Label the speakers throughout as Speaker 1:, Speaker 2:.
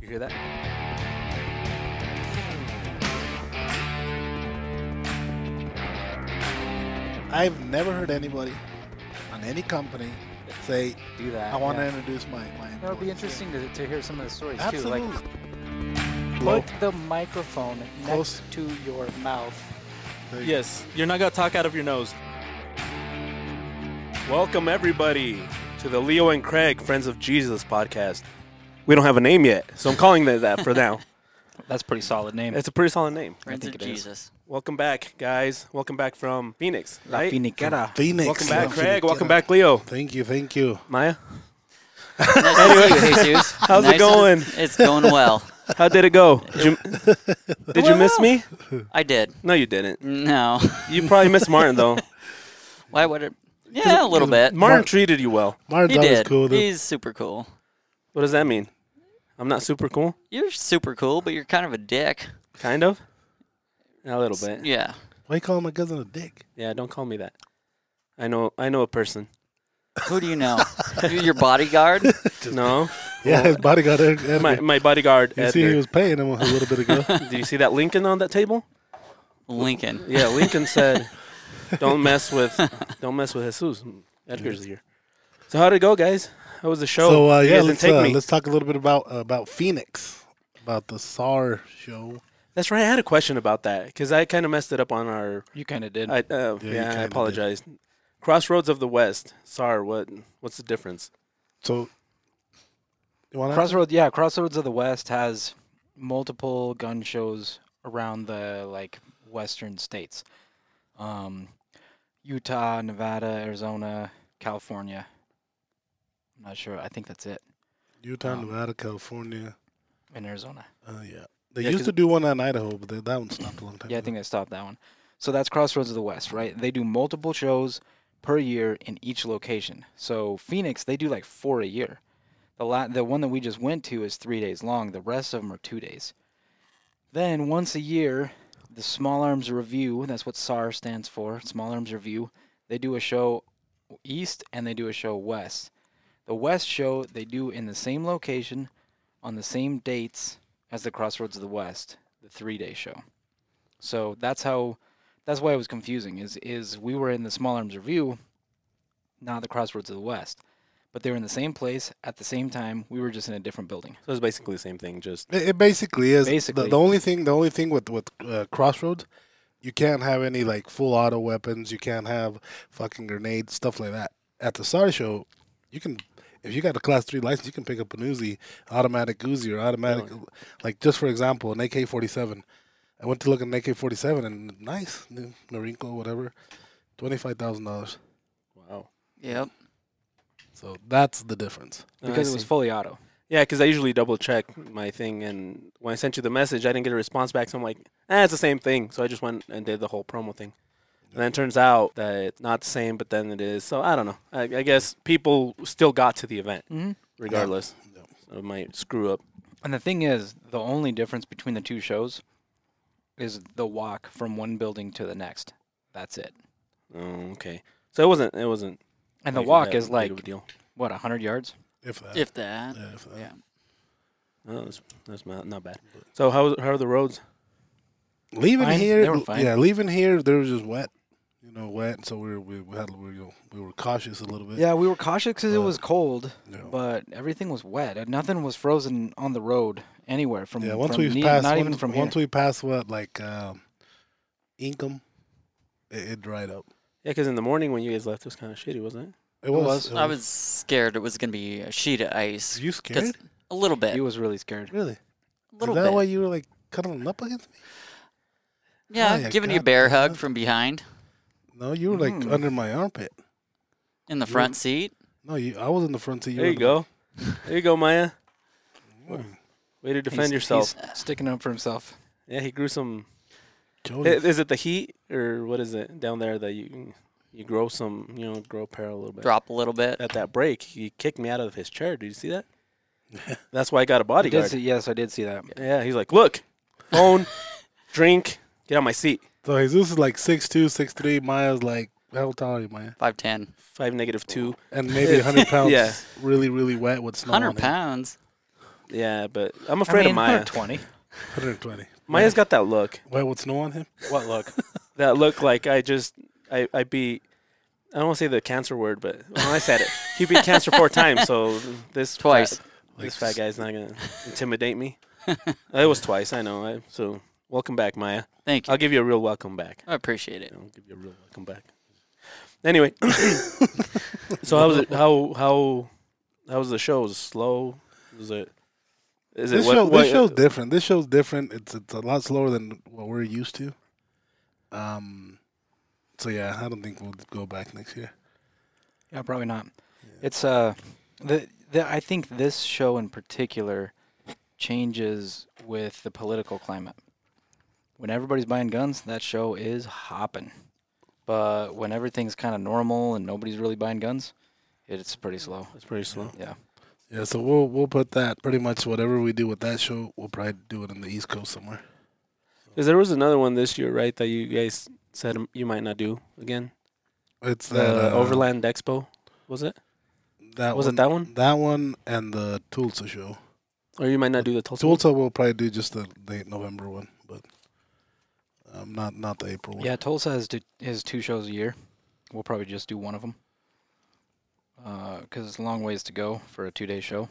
Speaker 1: You hear that?
Speaker 2: I've never heard anybody on any company say,
Speaker 1: Do that.
Speaker 2: I want
Speaker 1: yeah.
Speaker 2: to introduce my, my
Speaker 1: That would be
Speaker 2: employees."
Speaker 1: interesting to, to hear some of the stories
Speaker 2: Absolutely.
Speaker 1: too. Like,
Speaker 2: Hello.
Speaker 1: put the microphone
Speaker 2: Close.
Speaker 1: next to your mouth.
Speaker 2: There you
Speaker 3: Yes, you're not gonna talk out of your nose. Welcome everybody to the Leo and Craig Friends of Jesus podcast. We don't have a name yet, so I'm calling it that for now.
Speaker 1: That's pretty solid name.
Speaker 3: It's a pretty solid name.
Speaker 4: Friends
Speaker 1: think
Speaker 4: of
Speaker 1: it is.
Speaker 4: Jesus.
Speaker 3: Welcome back, guys. Welcome back from Phoenix,
Speaker 1: La
Speaker 3: right?
Speaker 1: Finicara.
Speaker 2: Phoenix.
Speaker 3: Welcome
Speaker 2: Yeah,
Speaker 3: back, Craig.
Speaker 2: Phoenix,
Speaker 3: Welcome
Speaker 2: yeah.
Speaker 3: back, Leo.
Speaker 2: Thank you, thank you.
Speaker 3: Maya,
Speaker 4: Nice to see you, Jesus.
Speaker 3: How's it
Speaker 4: Nice to-
Speaker 3: going?
Speaker 4: It's going well.
Speaker 3: how did it go? Did you, did you miss me?
Speaker 4: I did.
Speaker 3: No, you didn't.
Speaker 4: No.
Speaker 3: You probably missed Martin though.
Speaker 4: Why would it? Yeah, a little bit.
Speaker 3: Martin treated you well.
Speaker 2: Martin's
Speaker 4: He
Speaker 2: always
Speaker 4: did.
Speaker 2: cool, dude.
Speaker 4: He's super cool.
Speaker 3: What does that mean? I'm not super cool.
Speaker 4: You're super cool, but you're kind of a dick.
Speaker 3: Kind of. A little bit.
Speaker 4: Yeah.
Speaker 2: Why you call my cousin a dick?
Speaker 3: Yeah, don't call me that. I know I know a person.
Speaker 4: Who do you know? You- Your bodyguard?
Speaker 3: No.
Speaker 2: Yeah, his bodyguard. Ed- Edgar.
Speaker 3: My my bodyguard
Speaker 2: you see, he
Speaker 3: Edgar.
Speaker 2: was paying him a little bit ago.
Speaker 3: Did you see that Lincoln on that table?
Speaker 4: Lincoln.
Speaker 3: Yeah, Lincoln said don't mess with don't mess with Jesus. Edgar's here. So how did it go, guys? How was the show?
Speaker 2: so uh,
Speaker 3: You guys
Speaker 2: yeah,
Speaker 3: didn't
Speaker 2: let's
Speaker 3: take
Speaker 2: uh,
Speaker 3: me.
Speaker 2: let's talk a little bit about about Phoenix, about the SAR show.
Speaker 3: That's right. I had a question about that because I kind of messed it up on our.
Speaker 1: You kind of did.
Speaker 3: I, uh,
Speaker 2: Yeah, you
Speaker 3: yeah,
Speaker 2: kinda
Speaker 3: I
Speaker 2: did.
Speaker 3: apologize. Crossroads of the West. Sorry, what what's the difference?
Speaker 2: So, you want to?
Speaker 1: Crossroads, yeah, Crossroads of the West has multiple gun shows around the like western states, um, Utah, Nevada, Arizona, California. I'm not sure. I think that's it.
Speaker 2: Utah,
Speaker 1: Um,
Speaker 2: Nevada, California.
Speaker 1: In Arizona,
Speaker 2: Uh, yeah, they
Speaker 3: Yeah,
Speaker 2: used
Speaker 3: 'cause-
Speaker 2: to do one on Idaho, but they, that one stopped a long time.
Speaker 1: yeah, I
Speaker 2: ago.
Speaker 1: think they stopped that one. So that's Crossroads of the West, right? They do multiple shows per year in each location. So Phoenix, they do like four a year. The la- the one that we just went to is three days long. The rest of them are two days. Then once a year, the Small Arms Review. That's what SAR stands for. Small Arms Review. They do a show east and they do a show west. The west show they do in the same location, on the same dates as the Crossroads of the West, the three day show. So that's how. That's why it was confusing. Is is we were in the Small Arms Review, not the Crossroads of the West, but they were in the same place at the same time. We were just in a different building.
Speaker 3: So it's basically the same thing. Just
Speaker 2: It, it basically is. Basically, the,
Speaker 1: Basically.
Speaker 2: the only thing, the only thing with with uh, Crossroads, you can't have any like full auto weapons. You can't have fucking grenades, stuff like that. At the SAR show, you can. If you got a class three license, you can pick up an Uzi, automatic Uzi or automatic, like just for example, an AK forty seven. I went to look at an AK forty seven and nice, new Norinco, whatever, twenty five thousand dollars.
Speaker 3: wow.
Speaker 4: Yep.
Speaker 2: So that's the difference.
Speaker 3: Oh, I
Speaker 1: because it was
Speaker 3: see.
Speaker 1: fully auto.
Speaker 3: Yeah, because I usually double check my thing, and when I sent you the message, I didn't get a response back, so I'm like, ah, it's the same thing. So I just went and did the whole promo thing. And then it turns out that it's not the same, but then it is. So I don't know. I, I guess people still got to the event,
Speaker 2: Mm-hmm.
Speaker 1: Mhm.
Speaker 3: regardless
Speaker 2: Yeah.
Speaker 3: of my screw up.
Speaker 1: And the thing is, the only difference between the two shows is the walk from one building to the next. That's it.
Speaker 3: Oh, okay. So it wasn't. It wasn't.
Speaker 1: And the
Speaker 3: like
Speaker 1: walk
Speaker 3: that
Speaker 1: is
Speaker 3: big of
Speaker 1: like
Speaker 3: a deal.
Speaker 1: what, hundred yards?
Speaker 2: If that.
Speaker 4: If that.
Speaker 2: yeah, if that.
Speaker 4: Yeah.
Speaker 3: Oh, that's, that's not, not bad. So how how are the roads?
Speaker 2: leaving
Speaker 1: Fine.
Speaker 2: here,
Speaker 1: They were
Speaker 2: l-
Speaker 1: fine.
Speaker 2: yeah, leaving here, they were just wet, you know, wet. So we were, we, we had we were, we were cautious a little bit.
Speaker 1: Yeah, we were cautious because it
Speaker 2: But-
Speaker 1: was cold,
Speaker 2: you know.
Speaker 1: but everything was wet. and Nothing was frozen on the road anywhere from
Speaker 2: yeah. Once
Speaker 1: from
Speaker 2: we
Speaker 1: ne-
Speaker 2: passed,
Speaker 1: not
Speaker 2: once,
Speaker 1: even from here.
Speaker 2: once we passed what like um, Income, it, it dried up.
Speaker 3: Yeah, because in the morning when you guys left, it was kind of shitty, wasn't it?
Speaker 2: It was.
Speaker 1: was.
Speaker 2: it
Speaker 4: I was scared it was going to be a sheet of ice.
Speaker 2: Were you
Speaker 4: Because
Speaker 2: scared?
Speaker 4: a little bit.
Speaker 1: He
Speaker 4: A
Speaker 1: was really scared.
Speaker 2: Really?
Speaker 4: little
Speaker 2: Is that
Speaker 4: bit.
Speaker 2: why you were like cuddling up against me?
Speaker 4: yeah,
Speaker 2: yeah,
Speaker 4: I've given you a
Speaker 2: God
Speaker 4: bear
Speaker 2: damn
Speaker 4: hug
Speaker 2: it.
Speaker 4: from behind
Speaker 2: No, you were like
Speaker 1: Mm.
Speaker 2: under my armpit.
Speaker 4: in the
Speaker 2: You-
Speaker 4: front seat.
Speaker 2: No, you. I was in the front seat.
Speaker 3: There
Speaker 2: were
Speaker 3: you
Speaker 2: in
Speaker 3: go. There you go, Maya.
Speaker 2: the- Mm,
Speaker 3: Way to defend
Speaker 1: He's-
Speaker 3: yourself.
Speaker 1: he's sticking up for himself.
Speaker 3: Yeah, he grew some
Speaker 2: Jody.
Speaker 3: I- Is it the heat or what is it down there that you you grow some you know grow pair a little bit?
Speaker 4: Drop a little bit.
Speaker 3: At that break, he kicked me out of his chair. Did you see that? That's why I got a
Speaker 1: I did
Speaker 3: bodyguard.
Speaker 1: see, yes, I did see that.
Speaker 3: Yeah, he's like, look, phone, drink, get out my seat.
Speaker 2: so Jesus is like six two, six three. Maya's like how tall are you, Maya?
Speaker 4: 5'10.
Speaker 3: Five negative two.
Speaker 2: And maybe hundred pounds.
Speaker 3: Yeah.
Speaker 2: Really, really wet with snow. on
Speaker 4: 100
Speaker 2: it.
Speaker 4: pounds.
Speaker 3: Yeah, but I'm
Speaker 1: I
Speaker 3: afraid
Speaker 1: mean,
Speaker 3: of Maya.
Speaker 1: 120.
Speaker 2: 120.
Speaker 3: Maya's got that look.
Speaker 2: Why with snow on him?
Speaker 1: What look?
Speaker 3: That look like I just I I beat. I don't want to say the cancer word, but well, I said it. He beat cancer four times, so this
Speaker 4: Twice.
Speaker 3: fat- this fat guy's not gonna intimidate me. it was twice, I know. I, so welcome back, Maya.
Speaker 4: Thank you.
Speaker 3: I'll give you a real welcome back.
Speaker 4: I appreciate it.
Speaker 3: I'll give you a real welcome back. Anyway, so how was it? How how how was the show? Was it slow? Was it? Is it
Speaker 2: This,
Speaker 3: what,
Speaker 2: show,
Speaker 3: what- uh,
Speaker 2: this show's different. This show's different. It's it's a lot slower than what we're used to. Um, so yeah, I don't think we'll go back next year.
Speaker 1: Yeah, probably not. It's uh, the, the I think this show in particular changes with the political climate. When everybody's buying guns, that show is hopping. But when everything's kind of normal and nobody's really buying guns, it's pretty slow.
Speaker 3: It's pretty slow.
Speaker 1: Yeah.
Speaker 2: Yeah, so we'll we'll put that pretty much whatever we do with that show, we'll probably do it in the East Coast somewhere.
Speaker 3: Because there was another one this year, right? That you guys said m- you might not do again.
Speaker 2: It's
Speaker 3: The
Speaker 2: that uh,
Speaker 3: Overland Expo, was it?
Speaker 2: That
Speaker 3: was
Speaker 2: one,
Speaker 3: it that one?
Speaker 2: That one and the Tulsa show.
Speaker 3: Or you might not do the Tulsa. one?
Speaker 2: Tulsa we'll probably do just the late November one, but um, not not the April one.
Speaker 1: Yeah, Tulsa has, do, has two shows a year. We'll probably just do one of them. Because it's a long ways to go for a two day show.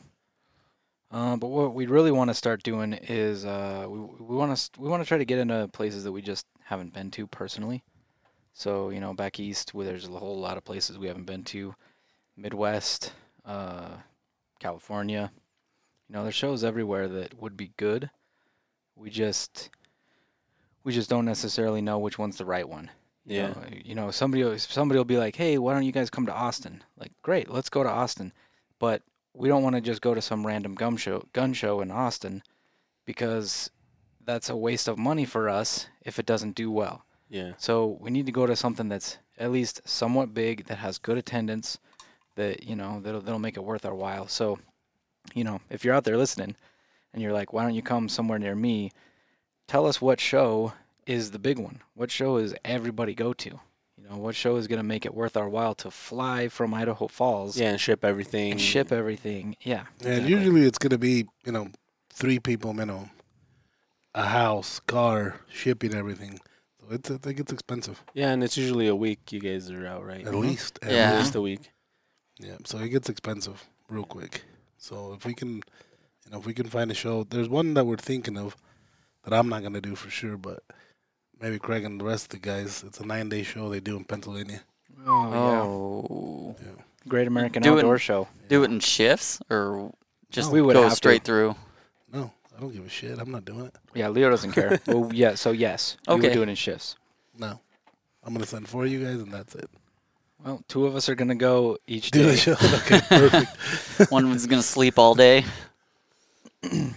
Speaker 1: Uh, but what we really want to start doing is uh, we we want to we want to try to get into places that we just haven't been to personally. So you know, back east, where there's a whole lot of places we haven't been to, Midwest, uh, California. You know, there's shows everywhere that would be good. We just we just don't necessarily know which one's the right one. you
Speaker 3: Yeah.
Speaker 1: know? You know, somebody will- somebody will be like, "Hey, why don't you guys come to Austin?" Like, great, let's go to Austin. But we don't want to just go to some random gun show gun show in Austin because that's a waste of money for us if it doesn't do well.
Speaker 3: Yeah.
Speaker 1: So we need to go to something that's at least somewhat big that has good attendance that you know that'll that'll make it worth our while. So, you know, if you're out there listening and you're like, why don't you come somewhere near me? Tell us what show is the big one. What show is everybody go to? You know, what show is going to make it worth our while to fly from Idaho Falls
Speaker 3: Yeah, and ship everything.
Speaker 1: and ship everything? Yeah.
Speaker 2: And
Speaker 1: exactly.
Speaker 2: usually it's gonna be you know three people minimum, a house, car, shipping, everything. So it's I think it's expensive
Speaker 3: Yeah, and it's usually a week you guys are out, right?
Speaker 2: at
Speaker 1: Mm-hmm.
Speaker 2: least. At
Speaker 4: Yeah.
Speaker 3: At
Speaker 2: least.
Speaker 3: least a week.
Speaker 2: Yeah. So it gets expensive real quick. So if we can, you know, if we can find a show, there's one that we're thinking of that I'm not gonna do for sure, but maybe Craig and the rest of the guys. It's a nine day show they do in Pennsylvania.
Speaker 1: Oh, yeah.
Speaker 4: Oh,
Speaker 1: Great American
Speaker 4: Do it
Speaker 1: Outdoor
Speaker 4: in-
Speaker 1: Show.
Speaker 4: do it in shifts or just
Speaker 1: No. We would
Speaker 4: go
Speaker 1: have to.
Speaker 4: straight through.
Speaker 2: No, I don't give a shit. I'm not doing it.
Speaker 1: Yeah, Leo doesn't care. well, yeah, so yes. We
Speaker 4: Okay.
Speaker 1: were doing it in shifts.
Speaker 2: No. I'm gonna send four of you guys and that's it.
Speaker 1: Well, two of us are gonna go each
Speaker 2: Do the
Speaker 1: day.
Speaker 2: show. Okay, perfect.
Speaker 4: One was gonna sleep all day.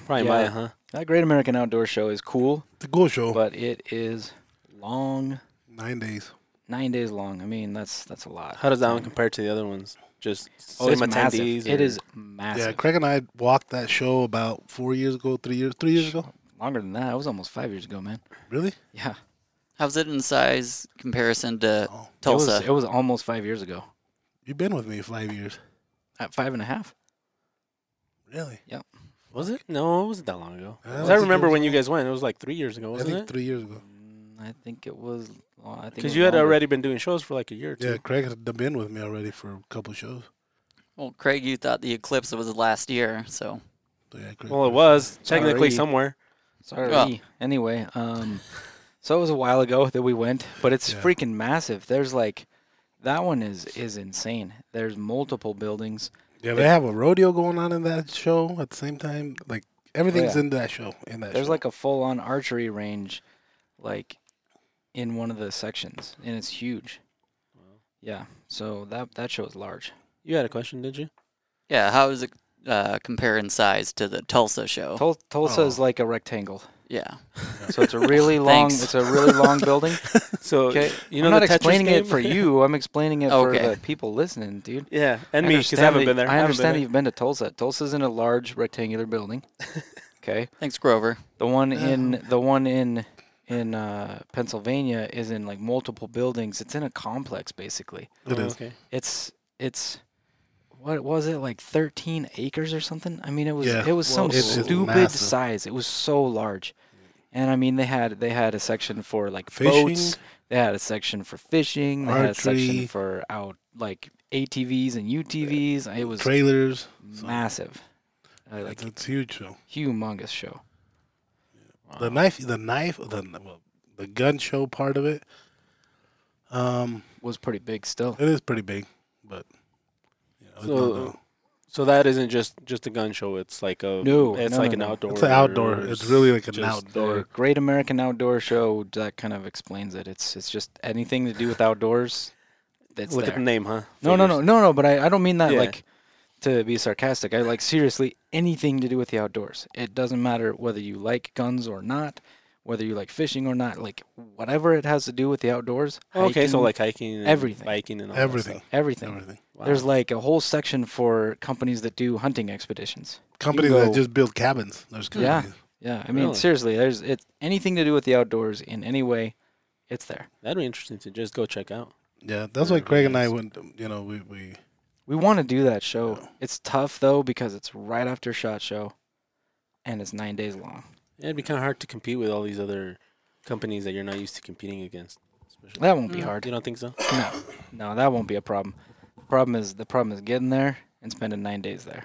Speaker 3: Probably
Speaker 1: Yeah.
Speaker 3: Maya, huh?
Speaker 1: That Great American Outdoor Show is cool,
Speaker 2: It's a cool
Speaker 3: Oh.
Speaker 2: show.
Speaker 1: but it is long,
Speaker 2: Nine days.
Speaker 1: nine days long. I mean, that's that's a lot.
Speaker 3: How does that one compare to the other ones? Just
Speaker 1: Oh,
Speaker 3: same
Speaker 1: it's massive.
Speaker 3: attendees.
Speaker 1: It
Speaker 3: or-
Speaker 1: is
Speaker 2: Yeah,
Speaker 1: massive.
Speaker 2: Craig and I walked that show about four years ago, three years three years ago.
Speaker 1: Longer than that. It was almost five years ago, man.
Speaker 2: Really?
Speaker 1: Yeah,
Speaker 4: How's it in size comparison
Speaker 3: Uh,
Speaker 4: to
Speaker 2: Oh.
Speaker 1: It
Speaker 4: Tulsa?
Speaker 1: was, it was almost five years ago.
Speaker 2: You've been with me five years.
Speaker 1: At five and a half.
Speaker 2: Really?
Speaker 3: Was it? No, it wasn't that long ago.
Speaker 2: Uh,
Speaker 3: 'Cause
Speaker 2: was
Speaker 3: I
Speaker 2: it
Speaker 3: remember
Speaker 2: years
Speaker 3: when you guys went. It was like three years ago,
Speaker 2: I
Speaker 3: wasn't
Speaker 2: think
Speaker 3: it?
Speaker 2: three years ago.
Speaker 1: Mm, I think it was. Well, I think it
Speaker 3: Because
Speaker 1: was
Speaker 3: you had
Speaker 1: longer.
Speaker 3: already been doing shows for like a year or two.
Speaker 2: Yeah, Craig had been with me already for a couple shows.
Speaker 4: well, Craig, you thought the eclipse was last year, so
Speaker 2: So yeah, Craig.
Speaker 3: Well, it was technically
Speaker 1: Sorry.
Speaker 3: somewhere.
Speaker 1: Sorry.
Speaker 3: Oh.
Speaker 4: Well-
Speaker 1: Anyway, um, so it was a while ago that we went, but it's
Speaker 2: Yeah.
Speaker 1: freaking massive. There's like, that one is is insane. There's multiple buildings.
Speaker 2: yeah, they have a rodeo going on in that show at the same time. Like everything's
Speaker 3: Oh,
Speaker 1: yeah.
Speaker 2: in that show. In that
Speaker 1: There's
Speaker 2: show.
Speaker 1: like a full on archery range, like in one of the sections, and it's huge. Yeah, so that that show is large.
Speaker 3: You had a question, did you?
Speaker 4: yeah. How does it uh, compare in size to the Tulsa show?
Speaker 3: Oh.
Speaker 1: Tul- Tulsa is like a rectangle,
Speaker 4: yeah.
Speaker 1: so it's a really long.
Speaker 4: Thanks.
Speaker 1: It's a really long building.
Speaker 3: So
Speaker 1: Okay,
Speaker 3: you know
Speaker 1: I'm not
Speaker 3: the Tetris
Speaker 1: explaining
Speaker 3: game?
Speaker 1: it for you. I'm explaining it
Speaker 4: Okay.
Speaker 1: for the people listening, dude.
Speaker 3: yeah, and
Speaker 1: I
Speaker 3: me because I
Speaker 1: understand
Speaker 3: haven't
Speaker 1: that-
Speaker 3: been there.
Speaker 1: I
Speaker 3: haven't been
Speaker 1: understand that
Speaker 3: there.
Speaker 1: you've been to Tulsa. Tulsa's in a large rectangular building. Okay.
Speaker 4: Thanks, Grover.
Speaker 1: The
Speaker 3: Oh.
Speaker 1: one in the one in in uh, Pennsylvania is in
Speaker 3: uh,
Speaker 1: like multiple buildings. It's in a complex basically.
Speaker 2: It
Speaker 3: Oh,
Speaker 2: is.
Speaker 3: Okay.
Speaker 1: It's it's what was it like 13 acres or something? I mean, it was
Speaker 2: Yeah.
Speaker 1: it was some
Speaker 2: Whoa. It's- it's
Speaker 1: stupid
Speaker 2: massive.
Speaker 1: size. It was so large, and I mean they had they had a section for like
Speaker 2: Fishing.
Speaker 1: boats. They had a section for fishing. They had a
Speaker 2: Archery.
Speaker 1: section for out like ATVs and UTVs. It was
Speaker 2: trailers.
Speaker 1: massive, Uh, like
Speaker 2: That's it's huge. Show.
Speaker 1: humongous show.
Speaker 2: The knife, the knife, the well, the gun show part of it. Um,
Speaker 1: Was pretty big still.
Speaker 2: it is pretty big, but you know, it's not uh,
Speaker 3: So, uh,
Speaker 2: the-
Speaker 3: So that isn't just just a gun show. It's like a
Speaker 1: No,
Speaker 3: It's
Speaker 1: no,
Speaker 3: like an
Speaker 1: no, no.
Speaker 3: outdoor.
Speaker 2: it's an outdoor. It's really like an
Speaker 3: just-
Speaker 1: The
Speaker 2: outdoor.
Speaker 1: Great American Outdoor Show that kind of explains it. It's it's just anything to do with outdoors. That's
Speaker 3: look
Speaker 1: there.
Speaker 3: at the name, huh?
Speaker 1: No, no, no,
Speaker 3: Figures.
Speaker 1: no, no. But I, I don't mean that
Speaker 3: Yeah.
Speaker 1: like to be sarcastic. I like seriously anything to do with the outdoors. It doesn't matter whether you like guns or not, whether you like fishing or not. Like whatever it has to do with the outdoors.
Speaker 3: Okay, so
Speaker 1: hiking,
Speaker 3: like hiking, and
Speaker 1: everything.
Speaker 3: biking, and all that
Speaker 2: Everything,
Speaker 3: stuff.
Speaker 1: everything.
Speaker 2: everything.
Speaker 3: Wow.
Speaker 1: There's like a whole section for companies that do hunting expeditions.
Speaker 2: Companies
Speaker 1: go-
Speaker 2: that just build cabins. There's
Speaker 1: Yeah.
Speaker 2: companies.
Speaker 1: Yeah, I mean
Speaker 3: Really?
Speaker 1: seriously, there's it's anything to do with the outdoors in any way, it's there.
Speaker 3: that'd be interesting to just go check out.
Speaker 2: Yeah, that's why Craig and I went. You know, we we
Speaker 1: We want to do that show.
Speaker 3: Oh.
Speaker 1: It's tough though because it's right after Shot Show, and it's nine days long.
Speaker 3: Yeah, it'd be kind of hard to compete with all these other companies that you're not used to competing against. Especially.
Speaker 1: That won't be hard.
Speaker 3: You don't think so?
Speaker 1: No, no, that won't be a problem. The problem is the problem is getting there and spending nine days there.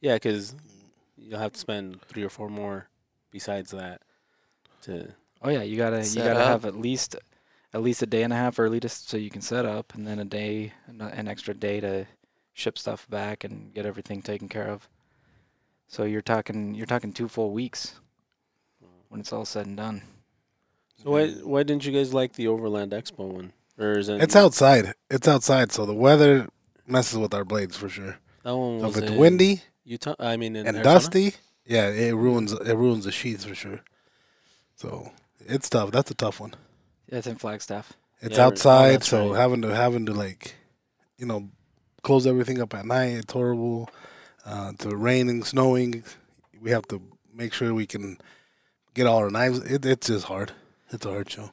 Speaker 3: Yeah, because you'll have to spend three or four more besides that. To
Speaker 1: Oh yeah, you gotta
Speaker 4: Set
Speaker 1: you gotta
Speaker 4: up.
Speaker 1: have at least at least a day and a half early just so you can set up, and then a day an- an extra day to ship stuff back and get everything taken care of. So you're talking you're talking two full weeks when it's all said and done.
Speaker 3: so why why didn't you guys like the Overland Expo one? Or is it
Speaker 2: It's outside. It's outside, so the weather messes with our blades for sure.
Speaker 3: that one
Speaker 2: So
Speaker 3: was
Speaker 2: if it's
Speaker 3: in
Speaker 2: windy
Speaker 3: Utah. I mean, in
Speaker 2: and
Speaker 3: Arizona?
Speaker 2: dusty, yeah, it ruins it ruins the sheets for sure. So it's tough. That's a tough one.
Speaker 1: It's in Flagstaff.
Speaker 2: It's
Speaker 3: Yeah, oh,
Speaker 2: outside,
Speaker 3: that's
Speaker 2: so
Speaker 3: right.
Speaker 2: having to having to like, you know, close everything up at night. It's horrible. Uh, to raining, snowing, we have to make sure we can get all our knives. It, it's just hard. It's a hard show.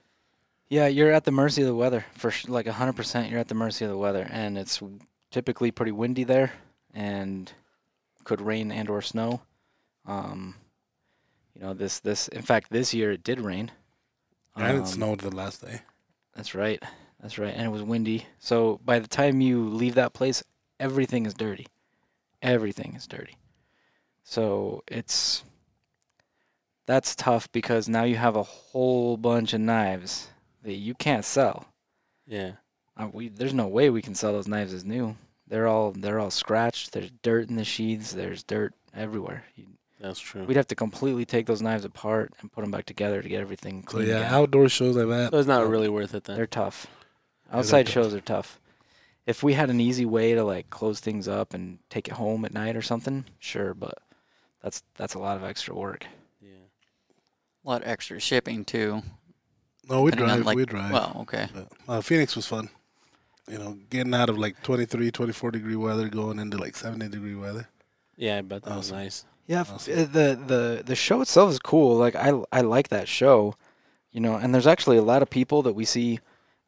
Speaker 1: Yeah, you're at the mercy of the weather for sh- like 100%. You're at the mercy of the weather, and it's w- typically pretty windy there, and could rain and or snow. Um, you know this this. In fact, this year it did rain.
Speaker 2: And
Speaker 1: Um,
Speaker 2: it snowed the last day.
Speaker 1: That's right. That's right. And it was windy. So by the time you leave that place, everything is dirty. Everything is dirty. So it's that's tough because now you have a whole bunch of knives that you can't sell.
Speaker 3: Yeah.
Speaker 1: Uh, we there's no way we can sell those knives as new. They're all they're all scratched. There's dirt in the sheaths. There's dirt everywhere. You,
Speaker 3: That's true.
Speaker 1: we'd have to completely take those knives apart and put them back together to get everything
Speaker 2: So
Speaker 1: clean.
Speaker 2: yeah,
Speaker 1: again.
Speaker 2: outdoor shows like that.
Speaker 3: so it's not really worth it then.
Speaker 1: they're tough. Outside
Speaker 2: tough.
Speaker 1: shows are tough. If we had an easy way to like close things up and take it home at night or something, sure. But that's that's a lot of extra work.
Speaker 3: Yeah.
Speaker 4: A lot of extra shipping too.
Speaker 2: No, we
Speaker 4: depending on,
Speaker 2: drive.
Speaker 4: like-
Speaker 2: we drive.
Speaker 4: Well, okay.
Speaker 2: But, uh, Phoenix was fun. You know, getting out of like 23, 24 degree weather, going into like 70 degree weather.
Speaker 3: Yeah, I bet that was
Speaker 2: Awesome.
Speaker 3: nice.
Speaker 1: Yeah,
Speaker 2: I'll
Speaker 1: f-
Speaker 2: see.
Speaker 1: uh, the the the show itself is cool. Like I I like that show, you know. And there's actually a lot of people that we see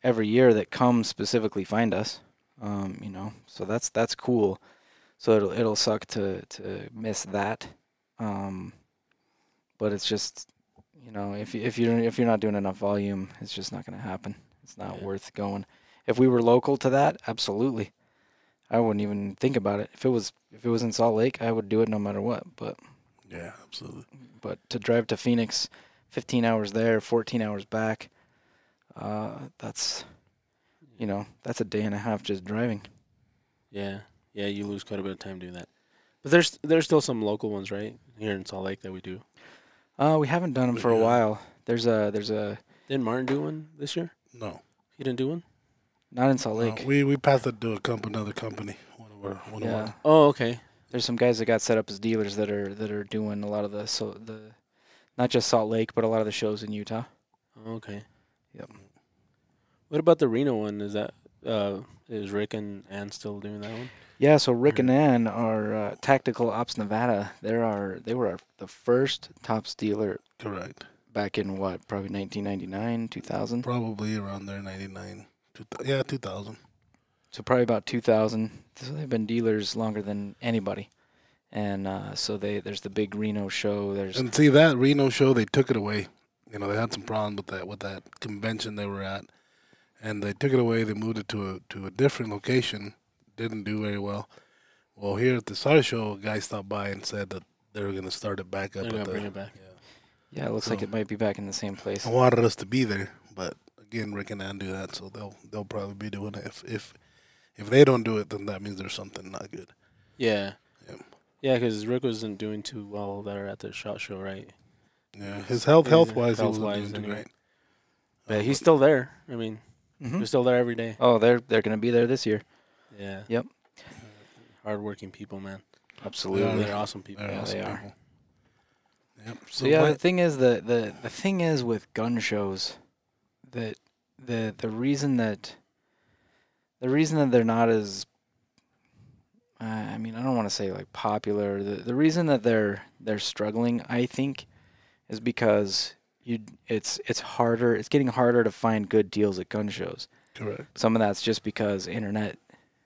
Speaker 1: every year that come specifically find us, um, you know. So that's that's cool. So it'll it'll suck to to miss that, um, but it's just you know if you- if you're if you're not doing enough volume, it's just not gonna happen. It's not
Speaker 3: Yeah.
Speaker 1: worth going. If we were local to that, absolutely. I wouldn't even think about it. If it was if it was in Salt Lake, I would do it no matter what. But
Speaker 2: Yeah, absolutely.
Speaker 1: but to drive to Phoenix, 15 hours there, 14 hours back, uh, that's, you know, that's a day and a half just driving.
Speaker 3: Yeah, yeah, you lose quite a bit of time doing that. But there's there's still some local ones, right? Here in Salt Lake that we do.
Speaker 1: Uh, we haven't done them for a
Speaker 2: Yeah.
Speaker 1: while. There's a, there's a,
Speaker 3: Didn't Martin do one this year?
Speaker 2: No,
Speaker 3: He didn't do one.
Speaker 1: not in Salt
Speaker 2: no,
Speaker 1: Lake.
Speaker 2: Uh, we we passed it to a comp- another company. One of our, one of
Speaker 1: yeah,
Speaker 2: our-
Speaker 3: Oh, okay.
Speaker 1: there's some guys that got set up as dealers that are that are doing a lot of the so the, not just Salt Lake, but a lot of the shows in Utah.
Speaker 3: Oh, Okay.
Speaker 1: Yep.
Speaker 3: What about the Reno one? Is that uh is Rick and Ann still doing that one?
Speaker 1: Yeah, so Rick and Ann are uh, Tactical Ops Nevada. They are they were our, the first tops dealer
Speaker 2: correct.
Speaker 1: back in what probably 1999, 2000.
Speaker 2: Probably around there, 99. Two, thou- yeah, 2000.
Speaker 1: So probably about 2000. So they've been dealers longer than anybody. And uh, so they there's the big Reno show. There's
Speaker 2: And see that Reno show, they took it away. You know, they had some problems with that with that convention they were at, and they took it away. They moved it to a to a different location. Didn't do very well. Well, here at the SAR show, a guy stopped by and said that they were going to start it back up.
Speaker 3: They're gonna
Speaker 2: At
Speaker 3: bring
Speaker 2: the,
Speaker 3: it back.
Speaker 1: yeah, it looks like
Speaker 2: So-
Speaker 1: it might be back in the same place.
Speaker 2: I wanted us to be there, but again, Rick and Ann do that, so they'll they'll probably be doing it. If if if they don't do it, then that means there's something not good.
Speaker 3: Yeah.
Speaker 2: Yep.
Speaker 3: Yeah, because Rick wasn't doing too well there at the shot show, right?
Speaker 2: Yeah, his health
Speaker 3: Yeah,
Speaker 2: health wise, he
Speaker 3: health-wise,
Speaker 2: wasn't doing too
Speaker 3: anyway.
Speaker 2: great.
Speaker 3: But
Speaker 2: Um,
Speaker 3: he's still there. I mean,
Speaker 1: Mhm.
Speaker 2: Hmm?
Speaker 3: they're still there every day.
Speaker 1: Oh, they're they're gonna be there this year.
Speaker 3: Yeah.
Speaker 1: Yep.
Speaker 3: Hardworking people, man.
Speaker 1: Absolutely.
Speaker 3: They're awesome people.
Speaker 2: they're
Speaker 1: Yeah,
Speaker 2: awesome
Speaker 1: they are.
Speaker 2: people. Oh, Yep.
Speaker 1: So yeah,
Speaker 2: what-
Speaker 1: the thing is the, the the thing is with gun shows that the the reason that the reason that they're not as uh, I mean, I don't want to say like popular. The the reason that they're they're struggling, I think, is because you it's it's harder. It's getting harder to find good deals at gun shows
Speaker 2: correct.
Speaker 1: some of that's just because internet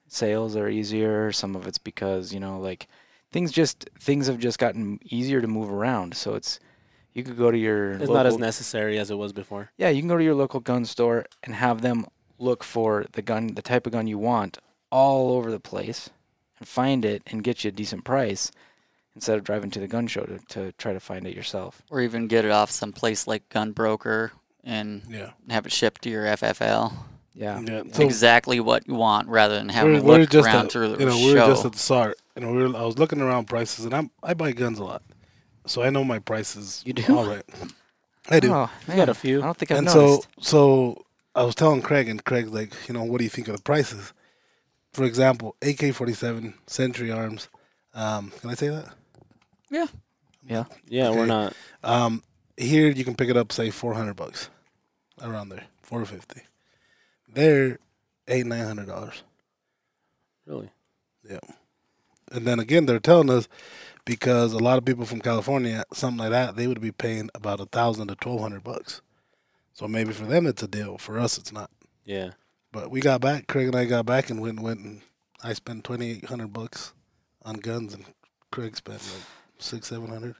Speaker 1: sales are easier some of it's because you know like things just things have just gotten easier to move around so it's you could go to your
Speaker 3: It's not as
Speaker 1: local-
Speaker 3: necessary as it was before.
Speaker 1: yeah you can go to your local gun store and have them look for the gun the type of gun you want all over the place and find it and get you a decent price instead of driving to the gun show to, to try to find it yourself
Speaker 4: or even get it off some place like Gunbroker and
Speaker 2: Yeah.
Speaker 4: have it shipped to your FFL.
Speaker 1: yeah
Speaker 2: Yeah. So
Speaker 4: exactly what you want, rather than having
Speaker 2: we're,
Speaker 4: to
Speaker 2: we're
Speaker 4: look
Speaker 2: just
Speaker 4: around
Speaker 2: at,
Speaker 4: through the
Speaker 2: you know
Speaker 4: show.
Speaker 2: we we're just at the start. You know we were, I was looking around prices and I'm I buy guns a lot, so I know my prices.
Speaker 1: You do?
Speaker 2: All right. I do.
Speaker 1: oh, man,
Speaker 3: got a
Speaker 1: i
Speaker 3: few.
Speaker 1: don't think i've
Speaker 2: and
Speaker 1: noticed
Speaker 2: so so I was telling Craig and Craig's like you know what do you think of the prices? For example, AK forty seven Century Arms. Um, can I say that?
Speaker 1: yeah
Speaker 3: Yeah, we're
Speaker 2: Okay.
Speaker 3: not.
Speaker 2: Um, here you can pick it up, say four hundred bucks, around there, four fifty. There, eight nine hundred dollars.
Speaker 3: Really?
Speaker 2: And then again, they're telling us because a lot of people from California, something like that, they would be paying about a thousand to twelve hundred bucks. So maybe for them it's a deal. For us, it's not.
Speaker 3: Yeah.
Speaker 2: But we got back. Craig and I got back and went went and I spent twenty eight hundred bucks on guns, and Craig spent like six seven hundred.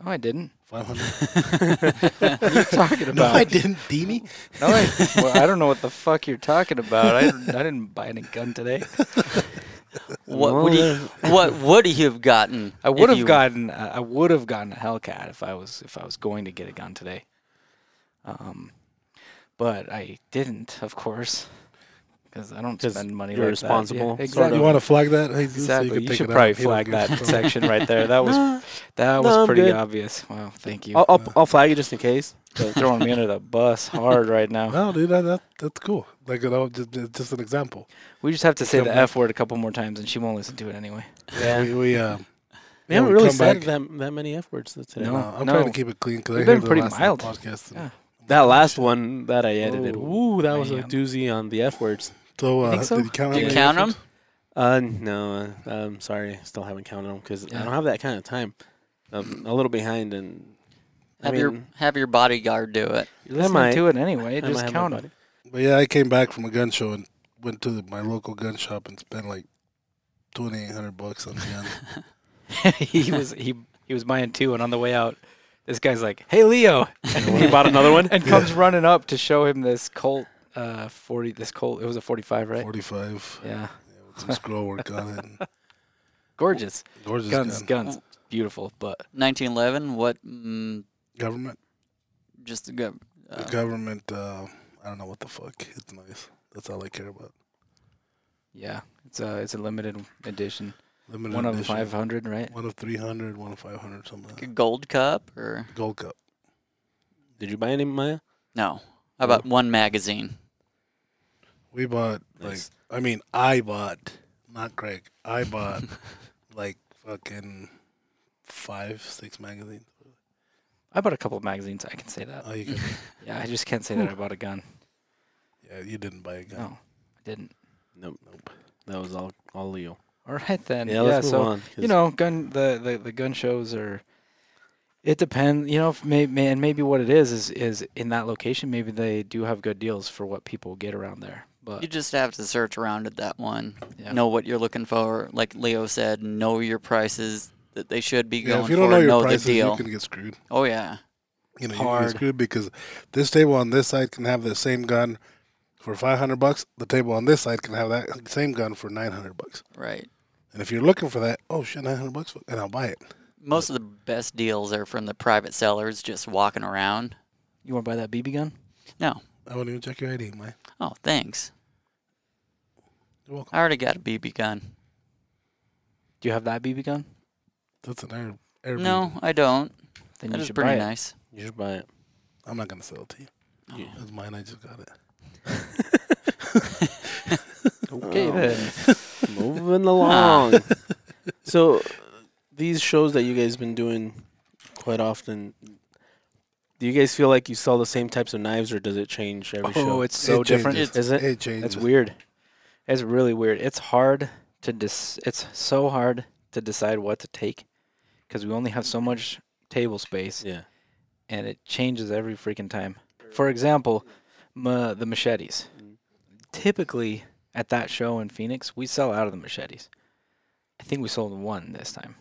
Speaker 1: no i didn't
Speaker 2: Five hundred.
Speaker 1: what are you talking
Speaker 2: No,
Speaker 1: about
Speaker 2: I didn't, Deanie.
Speaker 1: No, I, well, I don't know what the fuck you're talking about. I, didn't- I didn't buy any gun today.
Speaker 4: what would you, what would you have gotten?
Speaker 1: uh, I
Speaker 4: if
Speaker 1: would have
Speaker 4: you-
Speaker 1: gotten uh, I would have gotten a Hellcat if I was if I was going to get a gun today. Um, but I didn't, of course, because I don't
Speaker 3: 'Cause
Speaker 1: spend money.
Speaker 3: you're
Speaker 1: like
Speaker 3: responsible,
Speaker 1: That. Yeah,
Speaker 3: sort
Speaker 1: exactly.
Speaker 2: You want to flag that? Hey, so
Speaker 1: exactly. You,
Speaker 2: can pick
Speaker 1: should
Speaker 2: it up.
Speaker 1: probably
Speaker 2: He don't
Speaker 1: flag
Speaker 2: give a
Speaker 1: that
Speaker 2: fuck.
Speaker 1: section right there. That was that was
Speaker 3: No, I'm
Speaker 1: pretty
Speaker 3: good. Oh.
Speaker 1: obvious. Wow, thank you.
Speaker 3: I'll, I'll, I'll flag it just in case.
Speaker 1: You're throwing me under the bus hard right now.
Speaker 2: No, dude, that, that that's cool. Like, you know, just, just- just an example.
Speaker 1: We just have to say the
Speaker 2: Come
Speaker 1: f word a couple more times, and she won't listen to it anyway.
Speaker 3: Yeah.
Speaker 2: We, we um,
Speaker 3: We
Speaker 2: Yeah,
Speaker 3: haven't
Speaker 2: we
Speaker 3: really
Speaker 2: come
Speaker 3: said
Speaker 2: back.
Speaker 3: that, that many F words today.
Speaker 1: No.
Speaker 2: no, uh, I'm trying
Speaker 1: no.
Speaker 2: to keep it clean because
Speaker 1: We've
Speaker 2: I've
Speaker 1: been
Speaker 2: been
Speaker 1: pretty
Speaker 2: pretty
Speaker 1: mild.
Speaker 2: mild. Podcast and-
Speaker 1: Yeah.
Speaker 3: That last one that I edited.
Speaker 1: Oh,
Speaker 3: Ooh, that was a
Speaker 1: man.
Speaker 3: doozy on the F words.
Speaker 2: So,
Speaker 1: You
Speaker 2: uh,
Speaker 1: think so?
Speaker 2: did you count?
Speaker 4: Do you
Speaker 2: on
Speaker 4: count
Speaker 2: the-
Speaker 4: them?
Speaker 3: Uh, no, uh, I'm sorry, still haven't counted them because
Speaker 1: Yeah.
Speaker 3: I don't have that kind of time. I'm a little behind, and I
Speaker 4: Have your
Speaker 3: mean,
Speaker 4: have your bodyguard do it.
Speaker 1: You're
Speaker 3: I
Speaker 1: listening
Speaker 3: might.
Speaker 1: to it anyway.
Speaker 3: I might
Speaker 1: Just
Speaker 3: have
Speaker 1: count
Speaker 3: my
Speaker 1: it.
Speaker 3: buddy.
Speaker 2: But yeah, I came back from a gun show and went to my local gun shop and spent like twenty eight hundred bucks on a gun.
Speaker 1: he was he he was buying two, and on the way out, this guy's like, "Hey, Leo,"
Speaker 3: you bought another one.
Speaker 1: and comes running up to show him this Colt uh, forty. This Colt, it was a forty-five, right?
Speaker 2: Forty five.
Speaker 1: Yeah,
Speaker 2: Some scroll work on it. and
Speaker 1: gorgeous
Speaker 2: Gorgeous
Speaker 1: guns,
Speaker 2: gun.
Speaker 1: guns, beautiful. But
Speaker 4: 1911. What? Mm,
Speaker 2: Government.
Speaker 4: just the gov-
Speaker 1: Oh.
Speaker 4: uh,
Speaker 2: Government. Uh, I don't know what the fuck. It's nice. That's all I care about.
Speaker 1: yeah, it's a it's a limited edition,
Speaker 2: Limited
Speaker 1: one of
Speaker 2: edition.
Speaker 1: five hundred, right?
Speaker 2: One of 300, one of 500, something like that.
Speaker 4: gold cup or
Speaker 2: Gold Cup.
Speaker 3: Did you buy any, Maya?
Speaker 4: no? How about one magazine?
Speaker 2: We bought
Speaker 3: Nice.
Speaker 2: like I mean I bought not Craig. I bought like fucking five, six magazines.
Speaker 1: I bought a couple of magazines. I can say
Speaker 3: Uh,
Speaker 1: that.
Speaker 2: Oh, you got,
Speaker 1: Yeah, I just can't say that I bought a gun.
Speaker 2: yeah, you didn't buy a gun.
Speaker 1: No, I didn't.
Speaker 3: Nope. That was all all Leo.
Speaker 1: All right then.
Speaker 3: Yeah, let's move
Speaker 1: so
Speaker 3: on. 'cause
Speaker 1: you know, gun the, the, the gun shows are. It depends, you know. May, may, and maybe what it is is is in that location. Maybe they do have good deals for what people get around there. But
Speaker 4: You just have to search around at that one.
Speaker 1: Yeah.
Speaker 4: Know what you're looking for. Like Leo said, know your prices that they should be
Speaker 2: Yeah,
Speaker 4: going
Speaker 2: if you don't
Speaker 4: for.
Speaker 2: know your
Speaker 4: the
Speaker 2: prices,
Speaker 4: deal.
Speaker 2: you can get screwed.
Speaker 4: Oh yeah.
Speaker 2: You know, you
Speaker 1: Hard.
Speaker 2: can get screwed because this table on this side can have the same gun for five hundred bucks. The table on this side can have that same gun for nine hundred bucks.
Speaker 4: Right.
Speaker 2: And if you're looking for that, oh shit, nine hundred bucks, and I'll buy it.
Speaker 4: Most of the best deals are from the private sellers just walking around.
Speaker 1: you want to buy that BB gun?
Speaker 4: No.
Speaker 2: I won't even check your ID, man.
Speaker 4: Oh, thanks.
Speaker 2: You're welcome.
Speaker 4: I already got a BB gun.
Speaker 1: Do you have that BB gun?
Speaker 2: That's an air. air
Speaker 4: No, I don't.
Speaker 1: Then
Speaker 4: That
Speaker 1: you
Speaker 4: is
Speaker 1: should
Speaker 4: pretty
Speaker 1: buy it.
Speaker 4: nice.
Speaker 3: You should buy it.
Speaker 2: I'm not gonna sell it to you.
Speaker 3: Yeah.
Speaker 2: That's mine. I just got it.
Speaker 1: Okay
Speaker 3: Oh.
Speaker 1: then.
Speaker 3: Moving along. so these shows that you guys been doing quite often, do you guys feel like you sell the same types of knives or does it change every show?
Speaker 1: Oh, it's so
Speaker 2: It
Speaker 1: different.
Speaker 2: changes.
Speaker 3: Is it?
Speaker 2: It changes.
Speaker 1: That's weird. It's really weird. It's hard to dis. It's so hard to decide what to take because we only have so much table space,
Speaker 3: yeah.
Speaker 1: and it changes every freaking time. For example, ma- the machetes.
Speaker 3: Mhm.
Speaker 1: Typically, at that show in Phoenix, we sell out of the machetes. I think we sold one this time.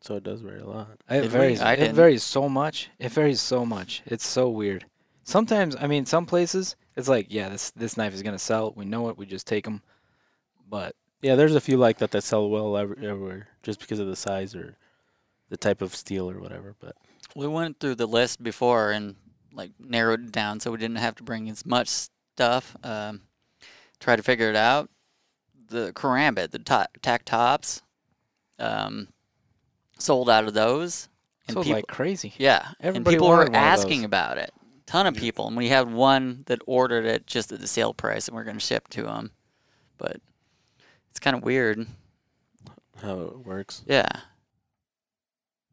Speaker 3: So it does vary a lot.
Speaker 1: It
Speaker 4: Did we?
Speaker 1: varies.
Speaker 4: I
Speaker 1: it
Speaker 4: didn't.
Speaker 1: varies so much. It varies so much. It's so weird. Sometimes, I mean, some places it's like, yeah, this this knife is gonna sell. We know it. We just take them. But
Speaker 3: Yeah, there's a few like that that sell well every, everywhere just because of the size or the type of steel or whatever. But
Speaker 4: We went through the list before and like narrowed it down so we didn't have to bring as much stuff. Um, try to figure it out. The karambit, the ta- tack tops, um, sold out of those.
Speaker 1: it's sold
Speaker 4: peop-
Speaker 1: like crazy.
Speaker 4: yeah,
Speaker 1: everybody
Speaker 4: and people were
Speaker 1: wanted one of
Speaker 4: asking
Speaker 1: those.
Speaker 4: about it. Ton of people, and we had one that ordered it just at the sale price, and we're going to ship to them. But it's kind of weird.
Speaker 3: how it works.
Speaker 4: Yeah.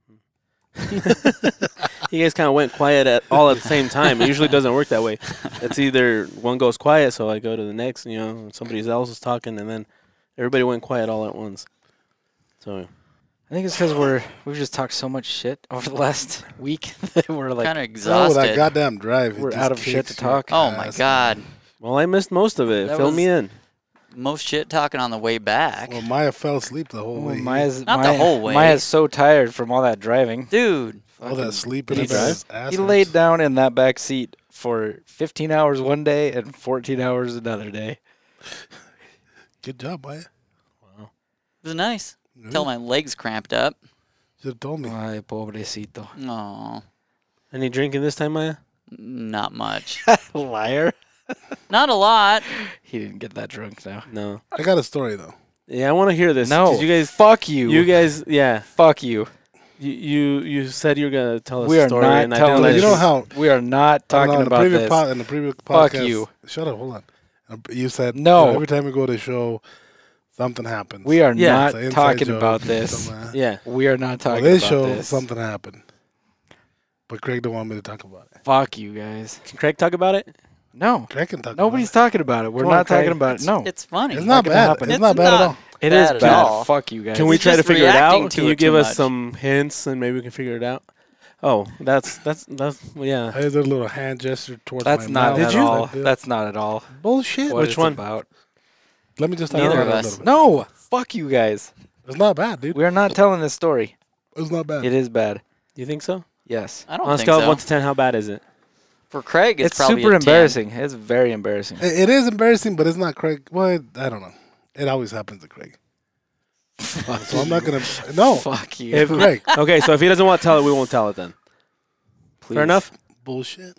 Speaker 3: You guys kind of went quiet at all at the same time. It usually doesn't work that way. It's either one goes quiet, so I go to the next, you know, somebody else is talking, and then everybody went quiet all at once. So
Speaker 1: I think it's because we're we've just talked so much shit over the last week that we're like
Speaker 4: kind
Speaker 2: Oh,
Speaker 4: of exhausted.
Speaker 2: that goddamn drive. it
Speaker 1: we're
Speaker 2: just
Speaker 1: out of shit
Speaker 2: kicks
Speaker 1: to
Speaker 2: your
Speaker 1: talk.
Speaker 4: oh my
Speaker 2: ass,
Speaker 4: god,
Speaker 3: Well, I missed most of it.
Speaker 4: That
Speaker 3: Fill me in.
Speaker 4: most shit talking on the way back,
Speaker 2: Well, Maya fell asleep the whole
Speaker 1: Oh,
Speaker 2: way.
Speaker 1: Maya's,
Speaker 4: Not the
Speaker 1: Maya,
Speaker 4: whole way.
Speaker 1: Maya's so tired from all that driving.
Speaker 4: dude.
Speaker 2: all oh, that sleep in
Speaker 1: Did
Speaker 2: his
Speaker 1: he
Speaker 2: ass. ass
Speaker 1: He
Speaker 2: hurts.
Speaker 1: laid down in that back seat for 15 hours one day and 14 hours another day.
Speaker 2: Good job, Maya.
Speaker 4: It was nice.
Speaker 2: hmm.
Speaker 4: Till my legs cramped up.
Speaker 2: You told me.
Speaker 1: Ay, pobrecito.
Speaker 4: Oh,
Speaker 3: Any drinking this time, Maya?
Speaker 4: not much.
Speaker 1: Liar.
Speaker 4: not a lot.
Speaker 1: He didn't get that drunk now.
Speaker 3: No.
Speaker 2: I got a story though.
Speaker 3: Yeah, I want to hear this. 'cause
Speaker 1: No,
Speaker 3: you guys,
Speaker 1: fuck you.
Speaker 3: you guys, yeah,
Speaker 1: fuck you.
Speaker 3: you you, you said you were gonna tell us
Speaker 1: We
Speaker 3: a
Speaker 1: are
Speaker 3: story,
Speaker 1: not
Speaker 3: and I didn't
Speaker 1: telling
Speaker 2: Well,
Speaker 3: let
Speaker 2: you
Speaker 1: this
Speaker 2: know
Speaker 1: is-
Speaker 2: how
Speaker 1: We are not
Speaker 2: I don't
Speaker 1: talking
Speaker 2: know, in
Speaker 1: about
Speaker 2: the previous
Speaker 1: this.
Speaker 2: pod- in the previous
Speaker 1: Fuck
Speaker 2: podcast.
Speaker 1: you.
Speaker 2: Shut up. Hold on. Uh, You said
Speaker 1: No.
Speaker 2: you know, every time we go to a show, something happens.
Speaker 1: we are
Speaker 3: Yeah,
Speaker 1: not
Speaker 2: It's an inside
Speaker 1: talking
Speaker 2: joke,
Speaker 1: about
Speaker 2: something
Speaker 1: this.
Speaker 2: like that.
Speaker 3: Yeah,
Speaker 1: We are not
Speaker 2: Well,
Speaker 1: talking
Speaker 2: this
Speaker 1: about
Speaker 2: show
Speaker 1: this.
Speaker 2: something happened, but Craig don't want me to talk about it.
Speaker 1: Fuck you guys.
Speaker 3: can Craig talk about it?
Speaker 1: No.
Speaker 2: Craig can talk.
Speaker 1: Nobody's
Speaker 2: About
Speaker 1: talking about it. We're
Speaker 3: Come on,
Speaker 1: not
Speaker 3: Craig.
Speaker 1: talking about it.
Speaker 4: It's-
Speaker 1: No.
Speaker 4: It's funny.
Speaker 2: it. It's not
Speaker 1: gonna
Speaker 2: bad.
Speaker 1: happen.
Speaker 2: It's, not bad at all.
Speaker 1: It is
Speaker 4: bad at
Speaker 1: bad.
Speaker 4: all.
Speaker 1: Fuck you guys.
Speaker 3: Can we
Speaker 4: It's
Speaker 3: try to
Speaker 4: just
Speaker 3: figure it
Speaker 4: reacting
Speaker 3: out?
Speaker 4: to
Speaker 3: Can you
Speaker 4: it too
Speaker 3: give us
Speaker 4: much.
Speaker 3: some hints, and maybe we can figure it out? Oh, that's that's that's well, yeah.
Speaker 2: I did a little hand gesture towards
Speaker 1: That's
Speaker 2: my
Speaker 1: not
Speaker 2: mouth.
Speaker 1: at
Speaker 3: Did you?
Speaker 1: all.
Speaker 2: Like this.
Speaker 1: That's not at all.
Speaker 2: bullshit.
Speaker 1: What
Speaker 3: Which
Speaker 1: it's
Speaker 3: one?
Speaker 1: About.
Speaker 2: Let me just talk
Speaker 4: Neither
Speaker 2: about
Speaker 4: of
Speaker 2: it a
Speaker 4: us.
Speaker 2: little bit.
Speaker 1: No. Fuck you guys.
Speaker 2: It's not bad, dude.
Speaker 1: We are not telling this story.
Speaker 2: It's not bad.
Speaker 1: It is bad.
Speaker 3: You think so?
Speaker 1: Yes.
Speaker 4: I don't
Speaker 3: On a
Speaker 4: think
Speaker 3: scale of
Speaker 4: so.
Speaker 3: one to ten, how bad is it?
Speaker 4: For Craig, it's,
Speaker 1: It's,
Speaker 4: probably
Speaker 1: super
Speaker 4: a 10.
Speaker 1: embarrassing. It's very embarrassing.
Speaker 2: It- it is embarrassing, but it's not Craig. Well, it- I don't know. It always happens to Craig. so I'm not gonna. No,
Speaker 1: Fuck you.
Speaker 3: If-
Speaker 2: Craig.
Speaker 3: okay, so if he doesn't want to tell it, we won't tell it then.
Speaker 1: Please.
Speaker 3: Fair enough.
Speaker 2: Bullshit.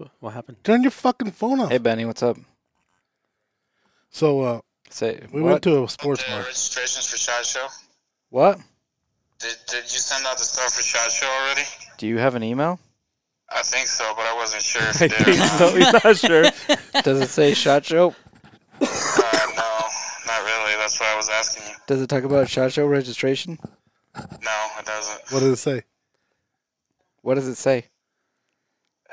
Speaker 3: Wh- What happened?
Speaker 2: Turn your fucking phone off.
Speaker 1: Hey Benny, what's up?
Speaker 2: So uh,
Speaker 1: Say
Speaker 2: we
Speaker 1: what?
Speaker 2: went to a sports
Speaker 5: the
Speaker 2: bar.
Speaker 5: registrations for SHOT Show?
Speaker 1: what?
Speaker 5: Did, did you send out the stuff for SHOT Show already?
Speaker 1: Do you have an email?
Speaker 5: I think so, but I wasn't sure if
Speaker 3: I
Speaker 5: you did or
Speaker 3: think
Speaker 5: not.
Speaker 3: so. He's not sure.
Speaker 1: Does it say shot show?
Speaker 5: Uh, no, not really. That's why I was asking you.
Speaker 1: Does it talk about shot show registration?
Speaker 5: No, it doesn't.
Speaker 2: What did it say?
Speaker 1: What does it say?
Speaker 5: It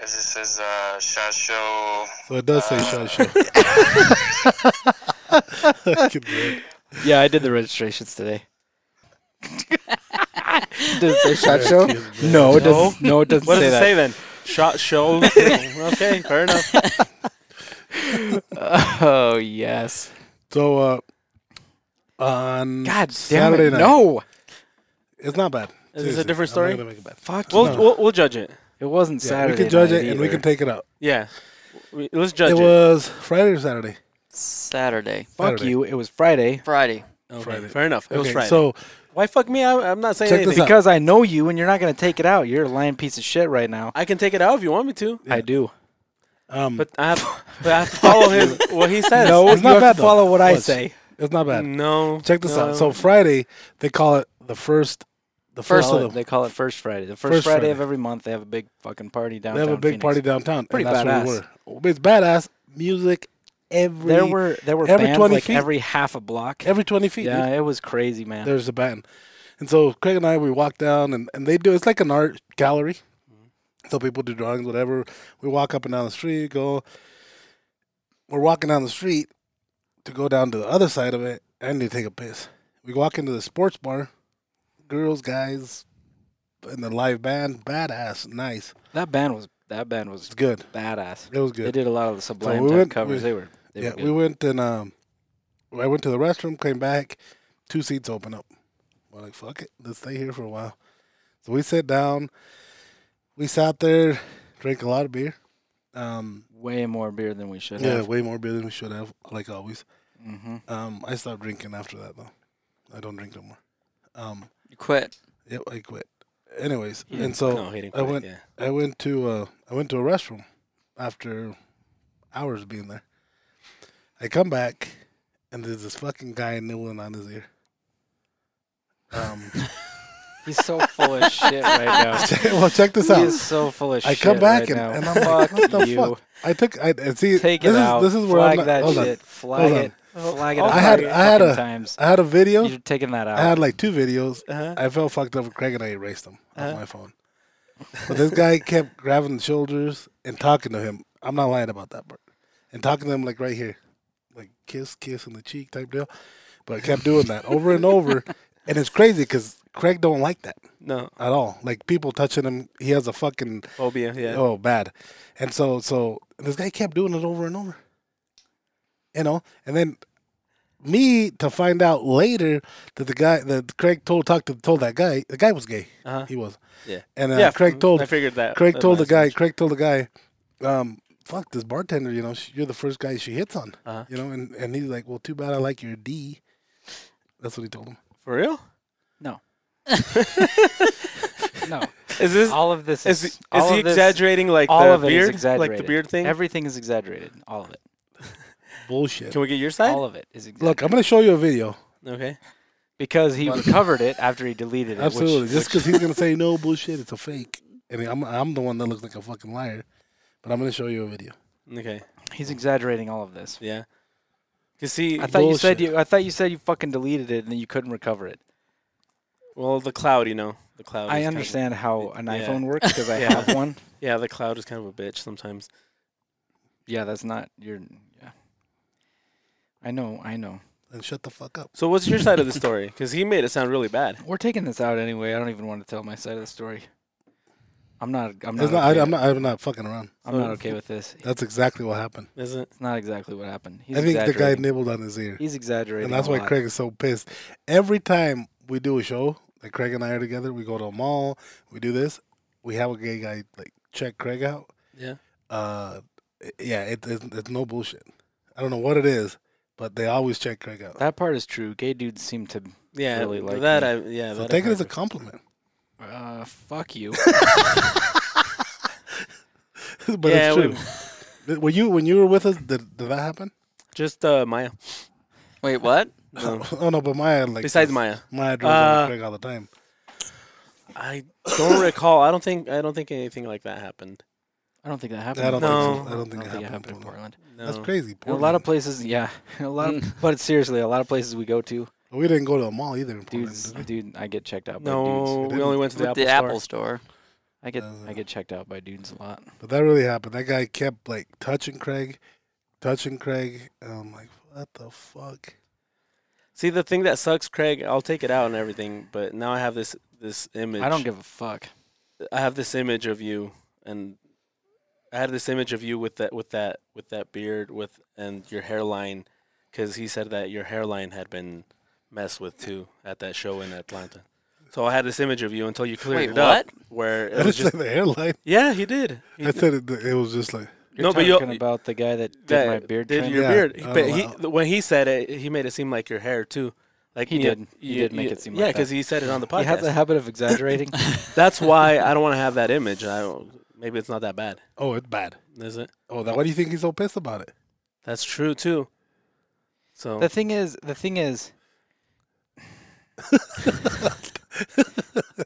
Speaker 5: just says uh, SHOT Show.
Speaker 2: So it does say shot show. Fucking weird.
Speaker 1: Yeah, I did the registrations today. does it say shot show? No, it doesn't. No, it doesn't
Speaker 3: What
Speaker 1: say
Speaker 3: does it
Speaker 1: that.
Speaker 3: say then? Shot show. okay, fair enough.
Speaker 4: oh yes.
Speaker 2: So uh, on
Speaker 1: God damn
Speaker 2: Saturday
Speaker 1: it!
Speaker 2: night.
Speaker 1: No,
Speaker 2: It's not bad.
Speaker 3: Is this a
Speaker 2: Seriously,
Speaker 3: different
Speaker 2: I'm
Speaker 3: story?
Speaker 2: not gonna make it bad.
Speaker 1: fuck.
Speaker 3: We'll,
Speaker 1: you.
Speaker 2: No.
Speaker 3: we'll we'll judge it.
Speaker 1: It wasn't
Speaker 2: Yeah,
Speaker 1: Saturday.
Speaker 2: we can judge
Speaker 1: night
Speaker 2: it and we
Speaker 1: either.
Speaker 2: can take it out.
Speaker 3: Yeah, we, let's judge
Speaker 2: it
Speaker 3: it.
Speaker 2: was Friday or Saturday?
Speaker 4: Saturday,
Speaker 1: Fuck
Speaker 2: Saturday.
Speaker 1: you. It was Friday
Speaker 4: Friday.
Speaker 3: Okay,
Speaker 2: Friday.
Speaker 3: Fair enough. It was
Speaker 2: Okay,
Speaker 3: Friday.
Speaker 2: So
Speaker 3: why fuck me? I, I'm not saying
Speaker 2: Check this
Speaker 3: anything.
Speaker 2: out.
Speaker 1: because I know you and you're not gonna take it out. You're a lying piece of shit right now.
Speaker 3: I can take it out if you want me to,
Speaker 1: I do.
Speaker 2: um,
Speaker 3: but I have but I have to follow his what he says.
Speaker 1: No,
Speaker 2: It's
Speaker 1: you
Speaker 2: not
Speaker 1: have
Speaker 2: bad,
Speaker 1: to
Speaker 2: though.
Speaker 1: follow what I
Speaker 2: Watch.
Speaker 1: say.
Speaker 2: it's not bad.
Speaker 3: no.
Speaker 2: Check this
Speaker 3: no.
Speaker 2: out.
Speaker 1: Um,
Speaker 2: So Friday they call it the first, the first,
Speaker 1: Call
Speaker 2: of
Speaker 1: it-
Speaker 2: them.
Speaker 1: they call it First Friday. The first,
Speaker 2: First
Speaker 1: Friday,
Speaker 2: Friday.
Speaker 1: of every month, they have a big fucking party
Speaker 2: They
Speaker 1: downtown.
Speaker 2: have a big
Speaker 1: Phoenix.
Speaker 2: party downtown. and
Speaker 1: Pretty
Speaker 2: that's where we
Speaker 1: badass.
Speaker 2: were. It's badass music every
Speaker 1: There were there were
Speaker 2: every
Speaker 1: bands
Speaker 2: 20
Speaker 1: like
Speaker 2: feet?
Speaker 1: every half a block.
Speaker 2: every twenty feet. dude.
Speaker 1: yeah, it was crazy, man.
Speaker 2: there's a band. And so Craig and I, we walk down and, and they do, it's like an art gallery. So people do drawings, whatever. We walk up and down the street, go, we're walking down the street to go down to the other side of it. I need to take a piss. We walk into the sports bar, girls, guys, and the live band, badass, nice.
Speaker 1: that band was that band was
Speaker 2: It's good.
Speaker 1: badass.
Speaker 2: It was
Speaker 1: They
Speaker 2: good.
Speaker 1: did a lot of the Sublime
Speaker 2: we
Speaker 1: type
Speaker 2: went-
Speaker 1: covers.
Speaker 2: we-
Speaker 1: they were they
Speaker 2: yeah,
Speaker 1: were
Speaker 2: we
Speaker 1: good.
Speaker 2: went and um, I went to the restroom, came back, two seats open up. We're like, fuck it, let's stay here for a while. So we sat down, we sat there, drank a lot of beer. Um,
Speaker 1: way more beer than we should
Speaker 2: yeah,
Speaker 1: have.
Speaker 2: way more beer than we should have, like always.
Speaker 1: hmm
Speaker 2: Um, I stopped drinking after that though. I don't drink no more. Um,
Speaker 4: You quit.
Speaker 2: yeah, I quit. Anyways,
Speaker 3: Yeah.
Speaker 2: and so
Speaker 3: no, he didn't
Speaker 2: I
Speaker 3: quit,
Speaker 2: went-
Speaker 3: yeah.
Speaker 2: I went to uh, I went to a restroom after hours of being there. I come back and there's this fucking guy nibbling on his ear. Um,
Speaker 1: He's so full of shit right now.
Speaker 2: well, check this
Speaker 1: He
Speaker 2: out.
Speaker 1: is so full of
Speaker 2: I
Speaker 1: shit.
Speaker 2: come back
Speaker 1: right
Speaker 2: and-
Speaker 1: now.
Speaker 2: and I'm like,
Speaker 1: fuck
Speaker 2: what the
Speaker 1: you.
Speaker 2: fuck? I took I and see
Speaker 1: Take
Speaker 2: this
Speaker 1: it
Speaker 2: is
Speaker 1: out.
Speaker 2: this is where
Speaker 1: flag
Speaker 2: I'm not,
Speaker 1: that
Speaker 2: hold
Speaker 1: shit.
Speaker 2: On.
Speaker 1: Flag
Speaker 2: hold
Speaker 1: it. Flag it.
Speaker 3: I
Speaker 1: a
Speaker 3: had-
Speaker 1: hundred
Speaker 2: I had
Speaker 1: fucking
Speaker 2: a-
Speaker 1: times.
Speaker 2: I had a video.
Speaker 1: You're taking that out.
Speaker 2: I had like two videos.
Speaker 3: Uh-huh.
Speaker 2: I felt fucked up with Craig and I erased them
Speaker 3: Uh-huh.
Speaker 2: off my phone. But this guy kept grabbing the shoulders and talking to him. I'm not lying about that part. And talking to him like right here. Like kiss, kiss on the cheek type deal. But I kept doing that over and over. And it's crazy because Craig don't like that
Speaker 3: No
Speaker 2: at all. Like people touching him, he has a fucking
Speaker 3: phobia. Yeah.
Speaker 2: oh bad. And so so this guy kept doing it over and over. You know, and then me to find out later that the guy that Craig told talked to told that guy the guy was gay.
Speaker 3: Uh-huh.
Speaker 2: He was.
Speaker 3: Yeah.
Speaker 2: And uh,
Speaker 3: yeah.
Speaker 2: Craig told
Speaker 3: I figured that.
Speaker 2: Craig
Speaker 3: that
Speaker 2: told the
Speaker 3: last
Speaker 2: guy
Speaker 3: match.
Speaker 2: Craig told the guy, um, fuck this bartender. You know, she, you're the first guy she hits on.
Speaker 3: Uh-huh.
Speaker 2: You know, and and he's like, well, too bad I like your D. That's what he told him.
Speaker 3: For real?
Speaker 1: no,
Speaker 3: Is this?
Speaker 1: all of this
Speaker 3: Is,
Speaker 1: is,
Speaker 3: is
Speaker 1: all
Speaker 3: he
Speaker 1: of this-
Speaker 3: exaggerating like
Speaker 1: all
Speaker 3: the
Speaker 1: of it is
Speaker 3: beard, like
Speaker 1: exaggerated.
Speaker 3: the beard thing?
Speaker 1: Everything is exaggerated. All of it.
Speaker 2: Bullshit.
Speaker 3: Can we get your side?
Speaker 1: All of it is exaggerated.
Speaker 2: Look, I'm gonna show you a video.
Speaker 3: okay.
Speaker 1: because he
Speaker 2: But-
Speaker 1: recovered it after he deleted it.
Speaker 2: Absolutely.
Speaker 1: Which,
Speaker 2: Just because he's gonna say no bullshit, it's a fake, and I'm I'm the one that looks like a fucking liar. But I'm gonna show you a video.
Speaker 3: Okay.
Speaker 1: he's exaggerating all of this.
Speaker 3: Yeah. You see,
Speaker 1: I thought you said
Speaker 2: Bullshit.
Speaker 1: you. I thought you said you fucking deleted it and then you couldn't recover it.
Speaker 3: well, the cloud, you know, the cloud. is
Speaker 1: I
Speaker 3: kind of-
Speaker 1: understand how an
Speaker 3: Yeah.
Speaker 1: iPhone works because I
Speaker 3: Yeah.
Speaker 1: have one.
Speaker 3: yeah, the cloud is kind of a bitch sometimes.
Speaker 1: Yeah, that's not your. Yeah. I know. I know.
Speaker 2: And shut the fuck up.
Speaker 3: So, what's your side of the story? Because he made it sound really bad.
Speaker 1: We're taking this out anyway. I don't even want to tell my side of the story. I'm not. I'm not.
Speaker 2: It's not,
Speaker 1: okay.
Speaker 2: I, am not. I'm not fucking around.
Speaker 1: I'm not okay with this.
Speaker 2: That's exactly what happened.
Speaker 3: Is it?
Speaker 1: It's not exactly what happened. He's
Speaker 2: I think the guy
Speaker 1: exaggerating.
Speaker 2: nibbled on his ear,
Speaker 1: He's exaggerating.
Speaker 2: and that's
Speaker 1: a
Speaker 2: why
Speaker 1: lot.
Speaker 2: Craig is so pissed. Every time we do a show, like Craig and I are together, we go to a mall, we do this, we have a gay guy like check Craig out.
Speaker 3: Yeah.
Speaker 2: Uh, yeah, it, it's, it's no bullshit. I don't know what it is, but they always check Craig out.
Speaker 1: That part is true. Gay dudes seem to.
Speaker 3: Yeah.
Speaker 1: Really like
Speaker 3: that.
Speaker 1: me.
Speaker 3: I, yeah.
Speaker 2: so
Speaker 3: that
Speaker 2: take
Speaker 3: I
Speaker 2: it as a
Speaker 3: heard.
Speaker 2: compliment.
Speaker 1: Uh, fuck you.
Speaker 2: but
Speaker 3: Yeah,
Speaker 2: it's
Speaker 3: we-
Speaker 2: true. Th- When you when you were with us, did, did that happen?
Speaker 3: Just uh, Maya.
Speaker 4: Wait, what?
Speaker 3: No.
Speaker 2: oh no, but Maya like
Speaker 3: Besides Maya,
Speaker 2: Maya drinks uh,
Speaker 3: Uh,
Speaker 2: Craig all the time.
Speaker 3: I don't recall. I don't think. I don't think anything like that happened.
Speaker 1: I don't think that happened.
Speaker 2: I don't
Speaker 1: in
Speaker 3: think so.
Speaker 1: Portland.
Speaker 2: I don't think it happened in
Speaker 1: in Portland.
Speaker 2: Portland.
Speaker 3: No.
Speaker 2: That's crazy.
Speaker 1: In a
Speaker 2: Portland.
Speaker 1: lot of places, yeah, in a lot. Of, but seriously, a lot of places we go to,
Speaker 2: we didn't go to a mall either in Portland.
Speaker 1: dudes,
Speaker 2: did we?
Speaker 1: dude, I get checked out by dudes.
Speaker 3: No,
Speaker 2: It
Speaker 3: we only
Speaker 2: didn't.
Speaker 3: went to the
Speaker 4: With
Speaker 3: Apple,
Speaker 4: the
Speaker 3: store.
Speaker 4: Apple Store.
Speaker 1: I get
Speaker 2: Uh,
Speaker 1: I get checked out by dudes a lot.
Speaker 2: But that really happened. That guy kept like touching Craig, touching Craig. And I'm like, what the fuck?
Speaker 3: See, the thing that sucks, Craig, I'll take it out and everything, but now I have this this image.
Speaker 1: I don't give a fuck.
Speaker 3: I have this image of you, and I had this image of you with that with that with that beard with and your hairline, because he said that your hairline had been messed with too at that show in Atlanta. So I had this image of you until you cleared it
Speaker 4: Wait,
Speaker 3: up,
Speaker 4: what?
Speaker 3: where it
Speaker 2: I
Speaker 3: was
Speaker 2: just
Speaker 3: just
Speaker 2: said the hairline.
Speaker 3: yeah, he did. He
Speaker 2: I
Speaker 3: did.
Speaker 2: said it, it was just like
Speaker 1: You're
Speaker 3: No, but
Speaker 1: talking
Speaker 3: you-
Speaker 1: about the guy that did
Speaker 3: that
Speaker 1: my beard.
Speaker 3: did
Speaker 1: trim?
Speaker 3: your
Speaker 2: Yeah.
Speaker 3: beard.
Speaker 2: Oh,
Speaker 3: But he,
Speaker 2: wow.
Speaker 3: th- when he said it, he made it seem like your hair too. Like
Speaker 1: He
Speaker 3: you-
Speaker 1: did. He
Speaker 3: you-
Speaker 1: did make
Speaker 3: you-
Speaker 1: it seem like
Speaker 3: yeah,
Speaker 1: that.
Speaker 3: because he said it on the
Speaker 1: He has a
Speaker 3: podcast.
Speaker 1: habit of exaggerating.
Speaker 3: That's why I don't want to have that image. I don't, maybe it's not that bad,
Speaker 2: oh, it's bad.
Speaker 3: is it?
Speaker 2: Oh, that, why do you think he's so pissed about it?
Speaker 3: That's true too. So
Speaker 1: the thing is, the thing is, the-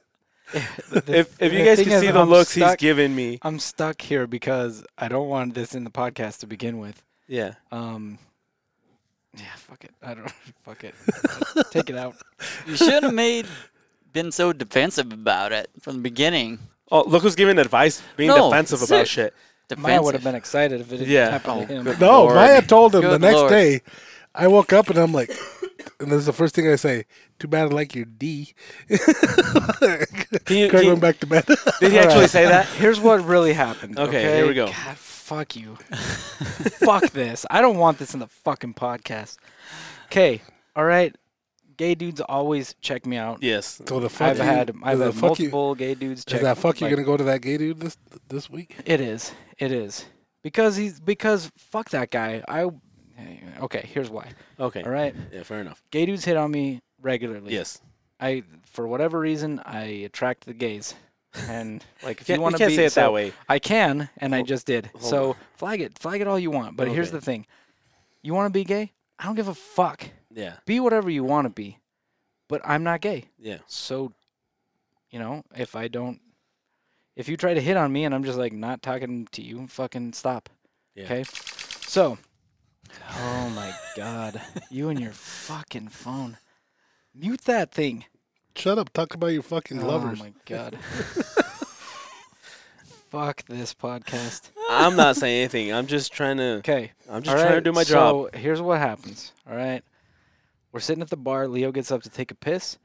Speaker 3: if if you
Speaker 1: the
Speaker 3: guys
Speaker 1: thing
Speaker 3: can
Speaker 1: is,
Speaker 3: see the
Speaker 1: I'm
Speaker 3: looks he's
Speaker 1: stuck-
Speaker 3: giving me,
Speaker 1: I'm stuck here because I don't want this in the podcast to begin with.
Speaker 3: yeah,
Speaker 1: Um, yeah, fuck it. I don't. Fuck it. Take it out.
Speaker 4: You should have made been so defensive about it from the beginning.
Speaker 3: Oh, look who's giving advice, being
Speaker 4: No,
Speaker 3: defensive about
Speaker 4: ser-
Speaker 3: shit.
Speaker 1: Maya would
Speaker 4: Defensive.
Speaker 1: have been excited if it didn't
Speaker 3: Yeah. Oh,
Speaker 1: happen to him.
Speaker 4: good
Speaker 2: No,
Speaker 4: lord.
Speaker 2: Maya told him the
Speaker 4: Good
Speaker 2: next
Speaker 4: lord.
Speaker 2: day. I woke up and I'm like, and this is the first thing I say. Too bad I like your D.
Speaker 3: Can you,
Speaker 2: Craig
Speaker 3: can-
Speaker 2: went back to bed.
Speaker 3: did he
Speaker 1: All
Speaker 3: actually
Speaker 1: right.
Speaker 3: say that?
Speaker 1: Here's what really happened.
Speaker 3: Okay,
Speaker 1: Okay,
Speaker 3: here we go.
Speaker 1: God, fuck you. fuck this. I don't want this in the fucking podcast. Okay, all right. Gay dudes always check me out.
Speaker 3: Yes.
Speaker 2: so the fuck
Speaker 1: I've
Speaker 2: you-
Speaker 1: had I've
Speaker 2: the
Speaker 1: had
Speaker 2: fuck you-
Speaker 1: multiple gay dudes check.
Speaker 2: Is that fuck you
Speaker 1: like,
Speaker 2: gonna go to that gay dude this this week?
Speaker 1: It is. It is because he's because fuck that guy. I hey, okay. Here's why.
Speaker 3: Okay.
Speaker 1: All right,
Speaker 3: Yeah, fair enough.
Speaker 1: gay dudes hit on me regularly.
Speaker 3: Yes.
Speaker 1: I for whatever reason I attract the gays, and like if
Speaker 3: Can't-
Speaker 1: you want to
Speaker 3: can't
Speaker 1: be
Speaker 3: say it
Speaker 1: so-
Speaker 3: that way.
Speaker 1: I can, and I
Speaker 3: Hold-
Speaker 1: just did.
Speaker 3: hold
Speaker 1: So flag it, flag it all you want. But here's
Speaker 3: Okay.
Speaker 1: the thing: you want to be gay? I don't give a fuck.
Speaker 3: Yeah.
Speaker 1: Be whatever you want to be, but I'm not gay.
Speaker 3: Yeah.
Speaker 1: So, you know, if I don't, if you try to hit on me and I'm just like not talking to you, fucking stop.
Speaker 3: Yeah.
Speaker 1: Okay. So, oh my god, you and your fucking phone. Mute that thing.
Speaker 2: Shut up. Talk about your fucking lovers.
Speaker 1: Oh my god. Fuck this podcast.
Speaker 3: I'm not saying anything. I'm just trying to.
Speaker 1: Okay.
Speaker 3: I'm just trying to do my job.
Speaker 1: So here's what happens. All right. We're sitting at the bar. Leo gets up to take a piss.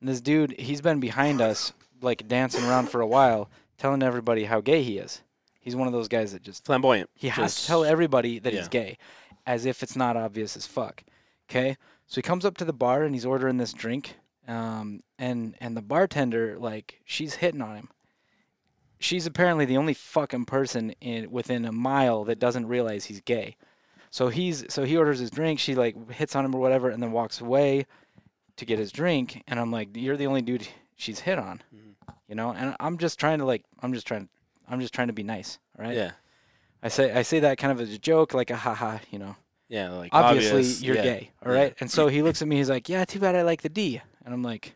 Speaker 1: And this dude, he's been behind us, like dancing around for a while, telling everybody how gay he is. He's one of those guys that just,
Speaker 3: Flamboyant.
Speaker 1: he has
Speaker 3: Just-
Speaker 1: to tell everybody that
Speaker 3: yeah.
Speaker 1: he's gay, as if it's not obvious as fuck. Okay. So he comes up to the bar and he's ordering this drink. Um, and, and the bartender, like, she's hitting on him. She's apparently the only fucking person in within a mile that doesn't realize he's gay. So he's so he orders his drink. She like hits on him or whatever, and then walks away to get his drink. And I'm like, you're the only dude she's hit on,
Speaker 3: Mm-hmm.
Speaker 1: you know. And I'm just trying to like, I'm just trying, I'm just trying to be nice, all right?
Speaker 3: Yeah.
Speaker 1: I say I say that kind of as a joke, like a haha, you know.
Speaker 3: Yeah. Like
Speaker 1: Obviously
Speaker 3: obvious.
Speaker 1: you're
Speaker 3: Yeah.
Speaker 1: gay, all
Speaker 3: yeah.
Speaker 1: right. And so he looks at me, he's like, yeah, too bad I like the D. And I'm like,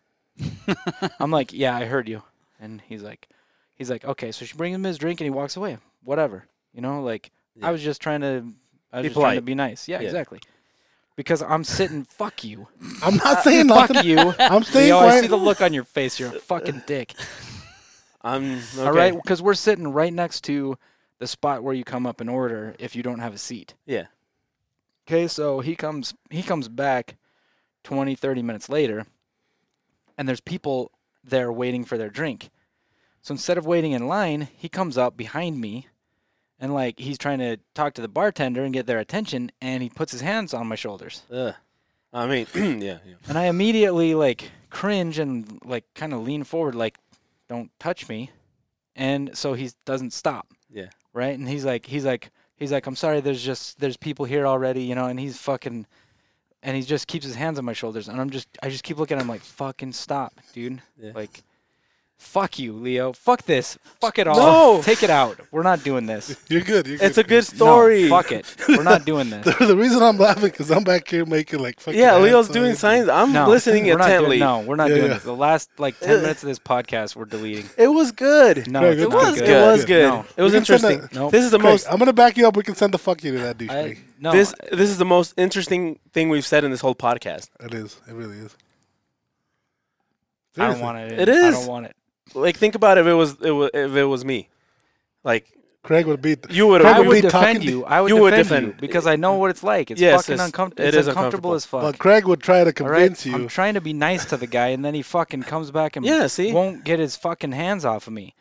Speaker 1: I'm like, yeah, I heard you. And he's like, he's like, okay. So she brings him his drink, and he walks away. Whatever, you know. Like
Speaker 3: Yeah.
Speaker 1: I was just trying to, I was
Speaker 3: Be
Speaker 1: just trying to
Speaker 3: polite.
Speaker 1: be nice. Yeah,
Speaker 3: Yeah.
Speaker 1: exactly. Because I'm sitting. fuck you.
Speaker 2: I'm not saying nothing.
Speaker 1: Fuck you.
Speaker 2: I'm staying
Speaker 1: Yo, I see
Speaker 2: quiet.
Speaker 1: the look on your face. You're a fucking dick.
Speaker 3: I'm. Okay.
Speaker 1: All right, because we're sitting right next to the spot where you come up and order if you don't have a seat.
Speaker 3: Yeah.
Speaker 1: Okay, so he comes he comes back 20 30 minutes later and there's people there waiting for their drink. So instead of waiting in line, he comes up behind me and like he's trying to talk to the bartender and get their attention and he puts his hands on my shoulders.
Speaker 3: Ugh. I mean. yeah. Yeah.
Speaker 1: And I immediately like cringe and like kind of lean forward, like, don't touch me. And so he doesn't stop.
Speaker 3: Yeah.
Speaker 1: Right. And he's like, he's like, he's like, I'm sorry, there's just, there's people here already, you know, and he's fucking, and he just keeps his hands on my shoulders. And I'm just, I just keep looking at him like, fucking stop, dude.
Speaker 3: Yeah.
Speaker 1: Like, fuck you, Leo. Fuck this. Fuck it all.
Speaker 3: No!
Speaker 1: Take it out. We're not doing this.
Speaker 2: You're good. You're
Speaker 3: It's a
Speaker 2: good.
Speaker 3: good
Speaker 1: No,
Speaker 3: story.
Speaker 1: fuck it. We're not doing this.
Speaker 2: The, the reason I'm laughing because I'm back here making like fucking.
Speaker 3: Yeah,
Speaker 2: hand
Speaker 3: Leo's doing signs. I'm listening
Speaker 1: we're not doing-
Speaker 3: intently.
Speaker 1: no, we're not
Speaker 2: Yeah,
Speaker 1: doing
Speaker 2: yeah.
Speaker 1: this. The last like ten minutes of this podcast, we're deleting.
Speaker 3: It was good.
Speaker 1: No,
Speaker 2: Craig,
Speaker 1: it's
Speaker 2: it
Speaker 1: not
Speaker 2: was
Speaker 1: good.
Speaker 3: It
Speaker 4: good.
Speaker 3: was good.
Speaker 1: No.
Speaker 3: It was
Speaker 2: We can send
Speaker 3: interesting.
Speaker 1: that- Nope.
Speaker 3: This is the
Speaker 2: Craig,
Speaker 3: most.
Speaker 2: I'm gonna back you up. We can send the fuck you to that douchebag.
Speaker 1: I, no,
Speaker 3: This this is the most interesting thing we've said in this whole podcast.
Speaker 2: It is. It really is.
Speaker 1: I don't want it.
Speaker 3: It
Speaker 1: I
Speaker 3: is.
Speaker 1: don't want it.
Speaker 3: Like, think about if it was it was, if it was me. Like,
Speaker 2: Craig would be.
Speaker 3: you would
Speaker 1: I
Speaker 2: Craig
Speaker 3: have.
Speaker 2: would
Speaker 1: would
Speaker 2: be talking
Speaker 1: defend
Speaker 2: to-
Speaker 1: you. I would
Speaker 3: you would
Speaker 1: defend,
Speaker 3: defend-
Speaker 1: you because I know what it's like. It's
Speaker 3: Yes,
Speaker 1: fucking
Speaker 3: it's-
Speaker 1: uncomfortable.
Speaker 3: it
Speaker 1: it's
Speaker 3: is
Speaker 1: uncomfortable,
Speaker 3: uncomfortable.
Speaker 1: as fuck.
Speaker 2: But Craig would try to
Speaker 1: all right,
Speaker 2: convince
Speaker 1: I'm
Speaker 2: you.
Speaker 1: trying to be nice to the guy, and then he fucking comes back and
Speaker 3: Yeah, see?
Speaker 1: won't get his fucking hands off of me.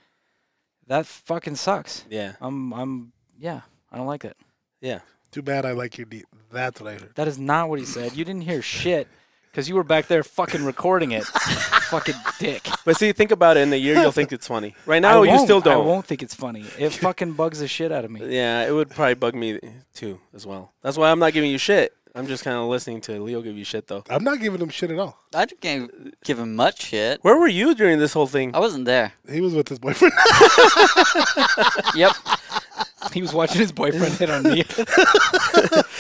Speaker 1: That fucking sucks.
Speaker 3: Yeah.
Speaker 1: I'm I'm yeah, I don't like it.
Speaker 3: Yeah.
Speaker 2: Too bad I like your deep. That's what I heard.
Speaker 1: That is not what he said. You didn't hear shit because you were back there fucking recording it. fucking dick.
Speaker 3: But see, think about it. In a year, you'll think it's funny. Right now,
Speaker 1: I
Speaker 3: you
Speaker 1: won't-
Speaker 3: still
Speaker 1: I
Speaker 3: don't.
Speaker 1: won't think it's funny. It fucking bugs the shit out of me.
Speaker 3: Yeah, it would probably bug me too as well. That's why I'm not giving you shit. I'm just kind of listening to Leo give you shit though.
Speaker 2: I'm not giving him shit at all.
Speaker 4: I just can't give him much shit.
Speaker 3: Where were you during this whole thing?
Speaker 4: I wasn't there.
Speaker 2: He was with his boyfriend.
Speaker 4: Yep.
Speaker 1: He was watching his boyfriend hit on me.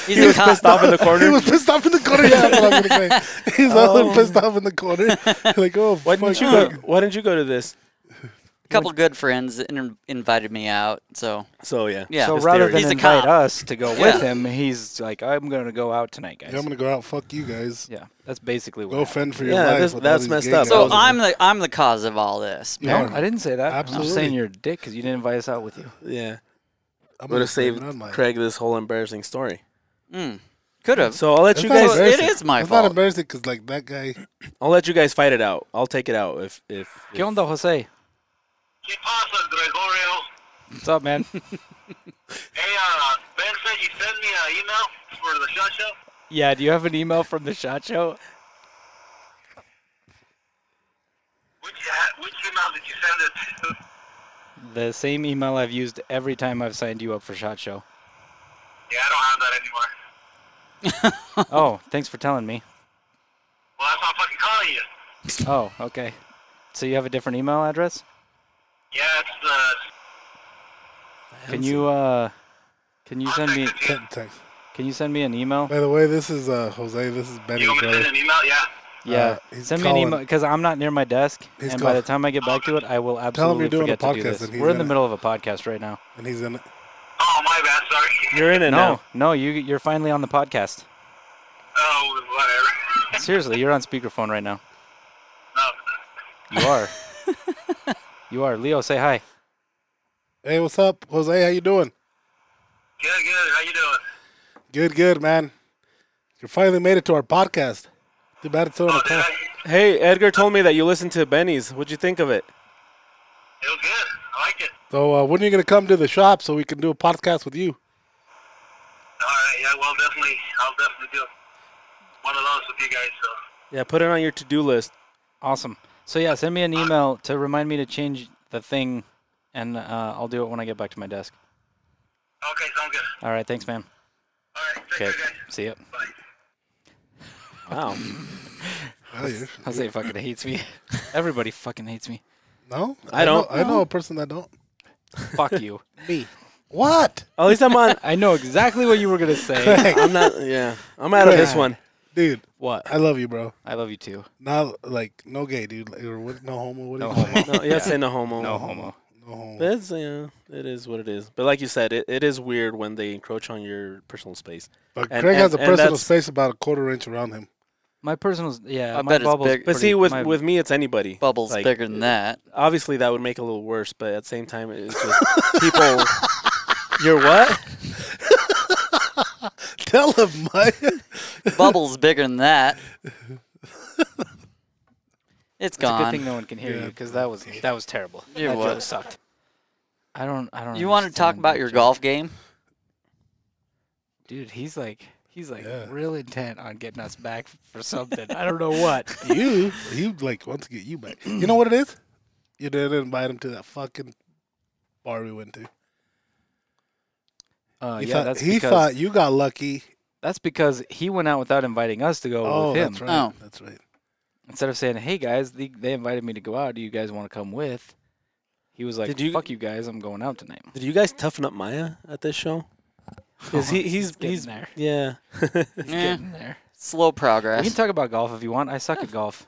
Speaker 4: He's a cop.
Speaker 3: Pissed off in the
Speaker 2: he
Speaker 3: corner.
Speaker 2: was pissed off in the corner. Yeah, that's what I'm gonna say. He's all pissed off in the corner. Like, oh,
Speaker 3: Why
Speaker 2: fuck.
Speaker 3: didn't you go? Why didn't you go to this?
Speaker 4: A couple good friends in- invited me out, so
Speaker 3: So yeah.
Speaker 4: yeah.
Speaker 1: so
Speaker 3: Just
Speaker 1: rather
Speaker 3: there.
Speaker 1: than
Speaker 4: He's a
Speaker 1: invite
Speaker 4: cop.
Speaker 1: us to go
Speaker 4: Yeah.
Speaker 1: with him, he's like, "I'm gonna go out tonight, guys."
Speaker 2: Yeah, I'm gonna go out. Fuck you guys.
Speaker 1: Yeah, that's basically what.
Speaker 2: Go fend for your
Speaker 3: Yeah,
Speaker 2: life.
Speaker 3: that's-
Speaker 2: with all
Speaker 3: that's
Speaker 2: these
Speaker 3: messed
Speaker 2: gay
Speaker 3: up.
Speaker 4: so
Speaker 2: guys.
Speaker 4: I'm the I'm the cause of all this.
Speaker 2: You
Speaker 1: happened.
Speaker 2: are.
Speaker 1: no, I didn't say that. I'm just saying
Speaker 2: Absolutely.
Speaker 1: you're a dick because you didn't invite us out with you.
Speaker 3: Yeah.
Speaker 2: I'm
Speaker 3: Would
Speaker 2: gonna
Speaker 3: have saved
Speaker 2: put it on my-
Speaker 3: Craig this whole embarrassing story.
Speaker 4: Mm. Could have.
Speaker 3: So I'll let
Speaker 2: That's
Speaker 3: you
Speaker 2: not
Speaker 3: guys.
Speaker 4: it
Speaker 2: embarrassing.
Speaker 4: is my
Speaker 2: It's not
Speaker 4: fault.
Speaker 2: embarrassing because like that guy.
Speaker 3: I'll let you guys fight it out. I'll take it out if if. if-
Speaker 1: ¿Qué onda, Jose?
Speaker 5: ¿Qué pasa, Gregorio?
Speaker 1: What's up, man?
Speaker 5: Hey, uh, Ben said you sent me an email for the shot show.
Speaker 1: yeah, do you have an email from the shot show?
Speaker 5: Which, uh, which email did you send it to?
Speaker 1: The same email I've used every time I've signed you up for shot show.
Speaker 5: Yeah, I don't have that anymore.
Speaker 1: oh, thanks for telling me.
Speaker 5: Well, that's why I'm fucking calling you.
Speaker 1: Oh, okay. So you have a different email address?
Speaker 5: Yeah, it's uh,
Speaker 1: Can you uh, can you send me
Speaker 2: Can't text.
Speaker 1: can you send me an email?
Speaker 2: By the way, this is uh, Jose. This is Benny's
Speaker 5: you want me to
Speaker 2: brother.
Speaker 5: send an email? Yeah.
Speaker 1: Yeah,
Speaker 2: Uh, he's
Speaker 1: send me
Speaker 2: calling.
Speaker 1: an email because I'm not near my desk,
Speaker 2: He's
Speaker 1: and by
Speaker 2: calling.
Speaker 1: the time I get back to it, I will
Speaker 2: him
Speaker 1: absolutely
Speaker 2: you're doing a
Speaker 1: forget to do
Speaker 2: podcast
Speaker 1: this.
Speaker 2: and he's
Speaker 1: We're in
Speaker 2: in
Speaker 1: the
Speaker 2: it.
Speaker 1: middle of a podcast right now.
Speaker 2: and he's in it.
Speaker 5: Oh, my bad. Sorry.
Speaker 3: You're in it
Speaker 1: No,
Speaker 3: now.
Speaker 1: no, you you're finally on the podcast.
Speaker 5: Oh, whatever.
Speaker 1: Seriously, you're on speakerphone right now.
Speaker 5: no.
Speaker 1: You are. you are. Leo, say hi.
Speaker 2: Hey, what's up, Jose? How you doing?
Speaker 5: Good, good. How you doing?
Speaker 2: Good, good, man. You finally made it to our podcast. Too bad it's on
Speaker 5: Oh,
Speaker 2: a
Speaker 5: did
Speaker 2: call.
Speaker 5: I,
Speaker 3: Hey, Edgar told me that you listened to Benny's. What'd you think of it?
Speaker 5: it was good. I liked it.
Speaker 2: So uh, when are you gonna come to the shop so we can do a podcast with you?
Speaker 5: All right. Yeah. Well, definitely. I'll definitely do one of those with you guys. So.
Speaker 3: Yeah, put it on your to-do list.
Speaker 1: Awesome. So yeah, send me an email to remind me to change the thing, and uh, I'll do it when I get back to my desk.
Speaker 5: Okay. Sounds good.
Speaker 1: All right, thanks, man.
Speaker 5: All right. Take
Speaker 1: Okay,
Speaker 5: care, guys.
Speaker 1: see ya.
Speaker 3: Wow.
Speaker 2: Oh, yeah.
Speaker 1: Jose fucking hates me. Everybody fucking hates me.
Speaker 2: No,
Speaker 3: I don't.
Speaker 2: Know, I know a person that don't.
Speaker 1: Fuck you.
Speaker 2: Me. What,
Speaker 3: At least I'm on.
Speaker 1: I know exactly what you were gonna say.
Speaker 3: I'm not. Yeah, I'm out of this one.
Speaker 2: dude?
Speaker 1: What?
Speaker 2: I love you, bro.
Speaker 1: I love you too.
Speaker 2: Not like no gay, dude. Like, or what, no homo. What do
Speaker 1: No
Speaker 2: you call it?
Speaker 1: homo.
Speaker 3: No, you have to say no homo.
Speaker 1: No homo.
Speaker 2: No homo.
Speaker 3: That's yeah. It is what it is. But like you said, it, it is weird when they encroach on your personal space.
Speaker 2: But
Speaker 3: And-
Speaker 2: Craig has
Speaker 3: and-
Speaker 2: a
Speaker 3: and
Speaker 2: personal
Speaker 3: that's-
Speaker 2: space about a quarter inch around him.
Speaker 1: My personal, yeah.
Speaker 4: I
Speaker 1: my
Speaker 4: bet it's
Speaker 1: bubble's
Speaker 4: big.
Speaker 3: But
Speaker 1: pretty-
Speaker 3: see, with
Speaker 1: my-
Speaker 3: with me, it's anybody.
Speaker 4: Bubbles
Speaker 3: Like,
Speaker 4: bigger than that.
Speaker 3: Obviously, that would make it a little worse. But at the same time, it's just people. You're what?
Speaker 2: Tell him, Mike.
Speaker 4: Bubbles bigger than that. It's
Speaker 1: It's a
Speaker 4: gone.
Speaker 1: good thing no one can hear you
Speaker 2: Yeah.
Speaker 1: because that was that was terrible.
Speaker 4: It
Speaker 1: that joke
Speaker 4: was.
Speaker 1: sucked. I don't. I don't.
Speaker 4: you want to talk
Speaker 1: understand
Speaker 4: about
Speaker 1: that
Speaker 4: your
Speaker 1: joke.
Speaker 4: golf game?
Speaker 1: dude? He's like, he's like
Speaker 2: Yeah.
Speaker 1: real intent on getting us back for something. I don't know what.
Speaker 2: you, you like want to get you back. You know what it is? You didn't invite him to that fucking bar we went to.
Speaker 3: Oh,
Speaker 1: Uh,
Speaker 2: He
Speaker 1: yeah,
Speaker 2: thought
Speaker 1: that's
Speaker 2: he
Speaker 1: because
Speaker 2: thought you got lucky.
Speaker 1: that's because he went out without inviting us to go
Speaker 2: Oh,
Speaker 1: with him.
Speaker 2: that's right.
Speaker 4: Oh.
Speaker 2: That's right.
Speaker 1: Instead of saying, "Hey guys, they, they invited me to go out. Do you guys want to come with?" He was like,
Speaker 3: Did you-
Speaker 1: "Fuck you guys, I'm going out tonight."
Speaker 3: Did you guys toughen up Maya at this show? Because he, he's
Speaker 1: getting
Speaker 3: he's
Speaker 1: there.
Speaker 3: yeah.
Speaker 4: Eh,
Speaker 1: Getting there.
Speaker 4: slow
Speaker 1: We
Speaker 4: progress.
Speaker 1: can talk about golf if you want. I suck at golf.